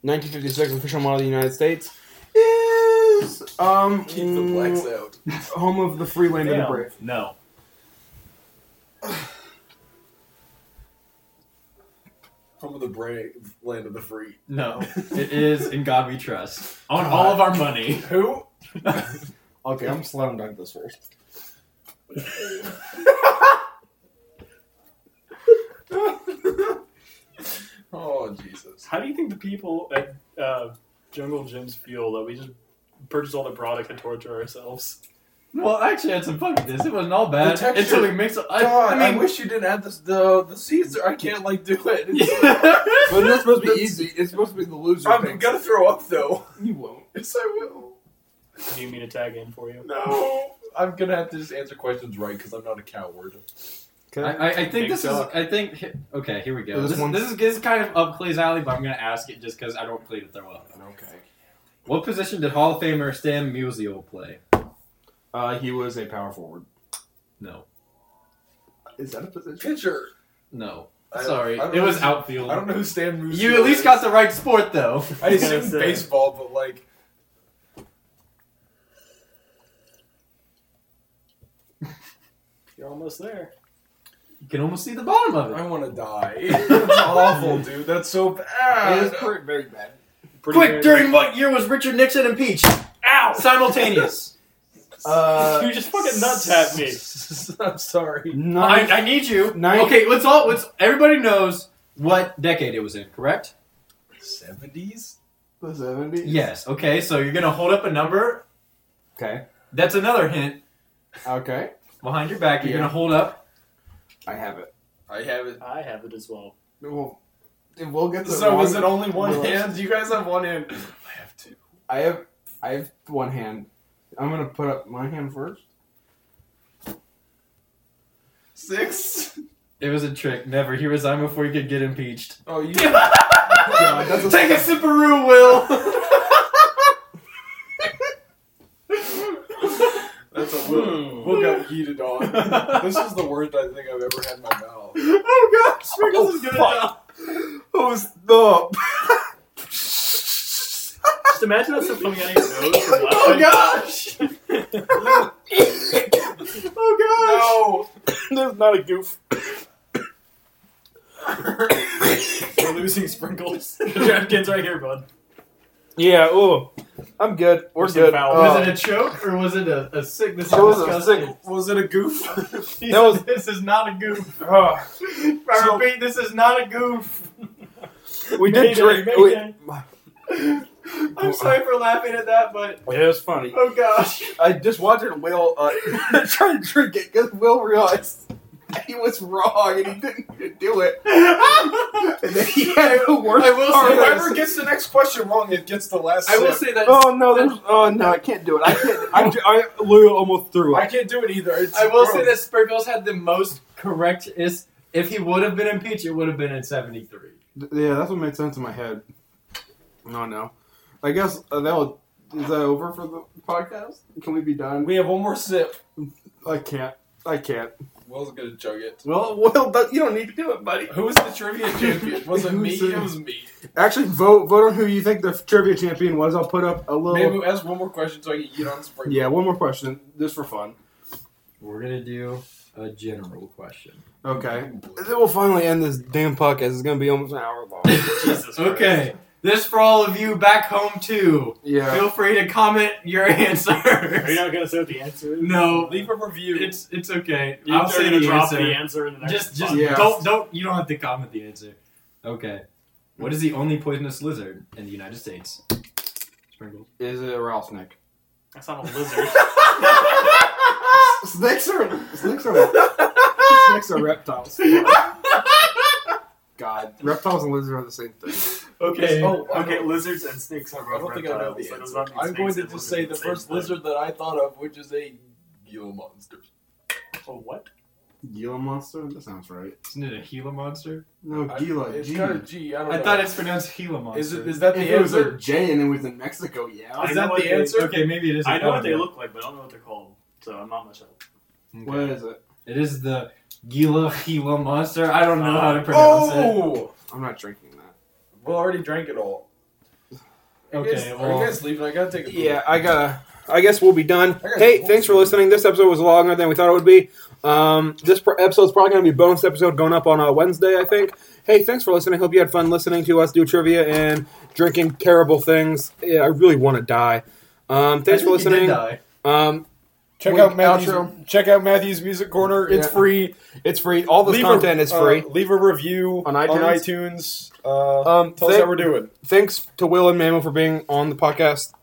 S1: 1956 official model of the United States is um mm,
S2: Keep the blacks out.
S1: home of the free land and the
S3: Damn.
S1: brave.
S3: No.
S2: Home of the brave, land of the free.
S4: No, it is "In God We Trust" on all of our money.
S2: Who?
S1: Okay, I'm slam dunk this first.
S2: Oh Jesus!
S3: How do you think the people at uh, Jungle Gyms feel that we just purchase all the product and torture ourselves?
S4: Well, I actually had some fun with this. It wasn't all bad
S2: The texture-
S4: until we mixed. I,
S2: God,
S4: I mean,
S2: wish you didn't add this, the the seeds. I can't like do it.
S1: But it's not supposed to be easy. It's supposed to be the loser.
S2: I'm
S1: picks.
S2: gonna throw up though.
S1: You won't.
S2: Yes, I will.
S3: Do you mean to tag in for you?
S2: No, I'm gonna have to just answer questions right because I'm not a coward.
S4: I, I, I think
S3: Big
S4: this
S3: talk.
S4: is. I think. he- Okay, here we go.
S1: This
S4: This,
S1: one's-
S4: this is this is kind of up Clay's alley, but I'm gonna ask it just because I don't want Clay to throw up.
S2: Okay.
S4: What position did Hall of Famer Stan Musial play?
S1: Uh, he was a power forward.
S4: No,
S1: Is that a position?
S2: Pitcher.
S4: no.
S2: I-
S4: Sorry,
S2: I don't
S4: it was
S2: know-
S4: outfield.
S2: I don't know who Stan Musial.
S4: You at least
S2: is.
S4: got the right sport though.
S2: I assume
S3: Yes, uh,
S2: baseball, but like
S3: You're almost there.
S4: You can almost see the bottom of it.
S2: I want to die. That's awful, dude. That's so bad.
S1: very bad.
S3: Pretty
S4: Quick,
S3: good.
S4: during what year was Richard Nixon impeached?
S3: Ow!
S4: Simultaneous.
S1: Uh,
S3: you just fucking nut tapped me.
S2: I'm sorry.
S4: I, I need you.
S1: Nine-
S4: Okay, let's all. Let's everybody knows what decade it was in, correct?
S2: Seventies.
S1: the seventies.
S4: Yes. Okay, so you're gonna hold up a number.
S1: Okay.
S4: That's another hint
S1: Okay.
S4: behind your back. You're
S1: Yeah.
S4: gonna hold up.
S1: I have it.
S2: I have it.
S3: I have it as well.
S1: Well, we'll get to
S2: So was it
S1: wrong-
S2: only one
S1: Well,
S2: hand? You guys have one hand. I have two.
S1: I have. I have one hand. I'm gonna put up my hand first.
S2: Six.
S4: It was a trick. Never. He resigned before he could get impeached.
S1: Oh, you.
S4: God,
S1: that's a-
S4: Take a sipperoo, Will.
S2: That's a
S3: Hmm.
S2: will. Will got yeeted on. This is the worst I think I've ever had in my mouth.
S4: oh God, Sprinkles is gonna die.
S1: Oh, stop.
S3: Just imagine that stuff coming out of your nose. From last
S4: Oh
S3: time.
S4: gosh. oh
S2: No,
S1: That's not a goof.
S3: We're losing sprinkles. the napkin's right here, bud.
S1: Yeah. Oh, I'm good. We're
S3: There's some
S1: good.
S3: foul.
S4: gosh.
S1: Uh,
S4: Was it a choke or was it a, a sickness?
S1: It
S4: and
S1: was a
S4: disgusting?
S2: was it a goof?
S4: He
S1: That was-
S4: said, this is not a goof.
S1: uh,
S4: I repeat, this is not a goof.
S1: We did drink. We,
S3: Mayday.
S10: I'm sorry for laughing at that, but
S1: yeah, it was funny.
S10: oh gosh.
S1: I just watched it. Will uh, try to drink it because Will realized he was wrong and he didn't do it. And then he had the worst
S10: I will say-
S1: part of this.
S11: Whoever gets the next question wrong, it gets the last.
S10: I will
S11: sip.
S10: say that
S1: Oh no! There's, oh no! I can't do it. I can't. I, ju- I Lou almost threw
S11: I
S1: it.
S11: can't do it either. It's
S10: I will
S11: gross.
S10: say that Sprinkles had the most
S4: Correct is if he would have been impeached, it would have been in seventy three.
S1: Yeah, that's what made sense in my head. No, no. I guess uh, that will, is that over for the podcast? Can we be done?
S11: we have one more sip.
S1: I can't. I can't.
S2: Will's gonna chug it.
S1: Well, well, but you don't need to do it, buddy.
S2: Who was the trivia champion? Was it
S1: Who
S2: me?
S1: said-
S2: It was me.
S1: Actually, vote vote on who you think the trivia champion was. I'll put up a little.
S2: Maybe we'll ask one more question so I can eat on spring.
S1: Yeah, one more question, just for fun.
S4: We're gonna do a general question.
S1: Okay. Then we'll finally end this damn podcast. It's gonna be almost an hour long.
S3: Jesus Christ.
S4: Okay, this for all of you back home too.
S1: Yeah.
S4: Feel free to comment your
S3: Are you
S4: answers.
S3: not gonna say what the answer is?
S4: No,
S2: Leave a review.
S4: it's it's okay.
S3: You-
S4: I'll
S3: they're
S4: say
S3: gonna
S4: the
S3: drop
S4: answer.
S3: the answer in the next
S4: Just just
S3: podcast.
S1: Yeah.
S4: don't don't you don't have to comment the answer. Okay, what is the only poisonous lizard in the United States? Sprinkles.
S1: Is it a rattlesnake?
S3: That's not a lizard.
S1: Ah, Snakes are snakes are snakes are reptiles. God, reptiles and lizards are the same thing.
S4: Okay.
S2: Oh,
S3: okay, lizards and snakes are
S2: I
S3: both
S2: don't think I know
S3: reptiles.
S2: the
S3: That does
S2: answer.
S3: not mean
S2: I'm
S3: snakes
S2: going to
S3: and
S2: just
S3: lizards
S2: say
S3: are
S2: the
S3: same
S2: first
S3: thing.
S2: lizard that I thought of, which is a Gila monster.
S3: Oh, what?
S1: Gila monster? That sounds right.
S4: Isn't it a Gila monster?
S1: No,
S2: I-
S1: Gila.
S2: It's
S1: G.
S2: got a G. I don't
S4: I
S2: know.
S4: thought it's pronounced Gila monster.
S2: Is it? Is that the
S1: If it was
S2: answer?
S1: a J and it was in Mexico, yeah.
S3: I
S4: Is
S3: know
S4: that
S3: what
S4: the
S3: they-
S4: answer? Okay, maybe it is.
S3: I know what they
S4: Okay.
S3: look like, but I don't know what they're called, so I'm not much help.
S4: Okay.
S1: What is it?
S4: It is the Gila Gila monster. I don't know how to pronounce
S2: oh!
S1: I'm not drinking that.
S2: Well, I already drank it all.
S4: it.
S2: You guys-
S4: Okay,
S2: are you
S4: well,
S2: guys leaving? I gotta take a poop.
S8: Yeah, I gotta. I guess we'll be done.
S2: I gotta
S8: Hey,
S2: go.
S8: thanks for listening. This episode was longer than we thought it would be. Um, this pr- episode's probably gonna be a bonus episode going up on uh, Wednesday, I think. Hey, thanks for listening. Hope you had fun listening to us do trivia and drinking terrible things. Yeah, I really want to die. Um, thanks for
S4: I think you did
S8: listening.
S4: die.
S8: Um,
S11: Check
S1: Wait,
S11: out Matthew's.
S1: outro.
S11: Check out Matthew's music corner. It's
S1: Yeah.
S11: free.
S8: it's free. All this
S11: Leave a-
S8: content is free.
S11: uh, leave a review
S8: On
S11: iTunes. Uh,
S8: Um,
S11: tell us
S8: thank-
S11: how we're doing.
S8: thanks to Will and Mammo for being on the podcast.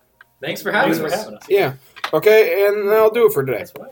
S4: Thanks for having
S3: Thanks for
S4: us.
S3: having us.
S8: Yeah. Okay, and that'll do it for today.
S4: That's what I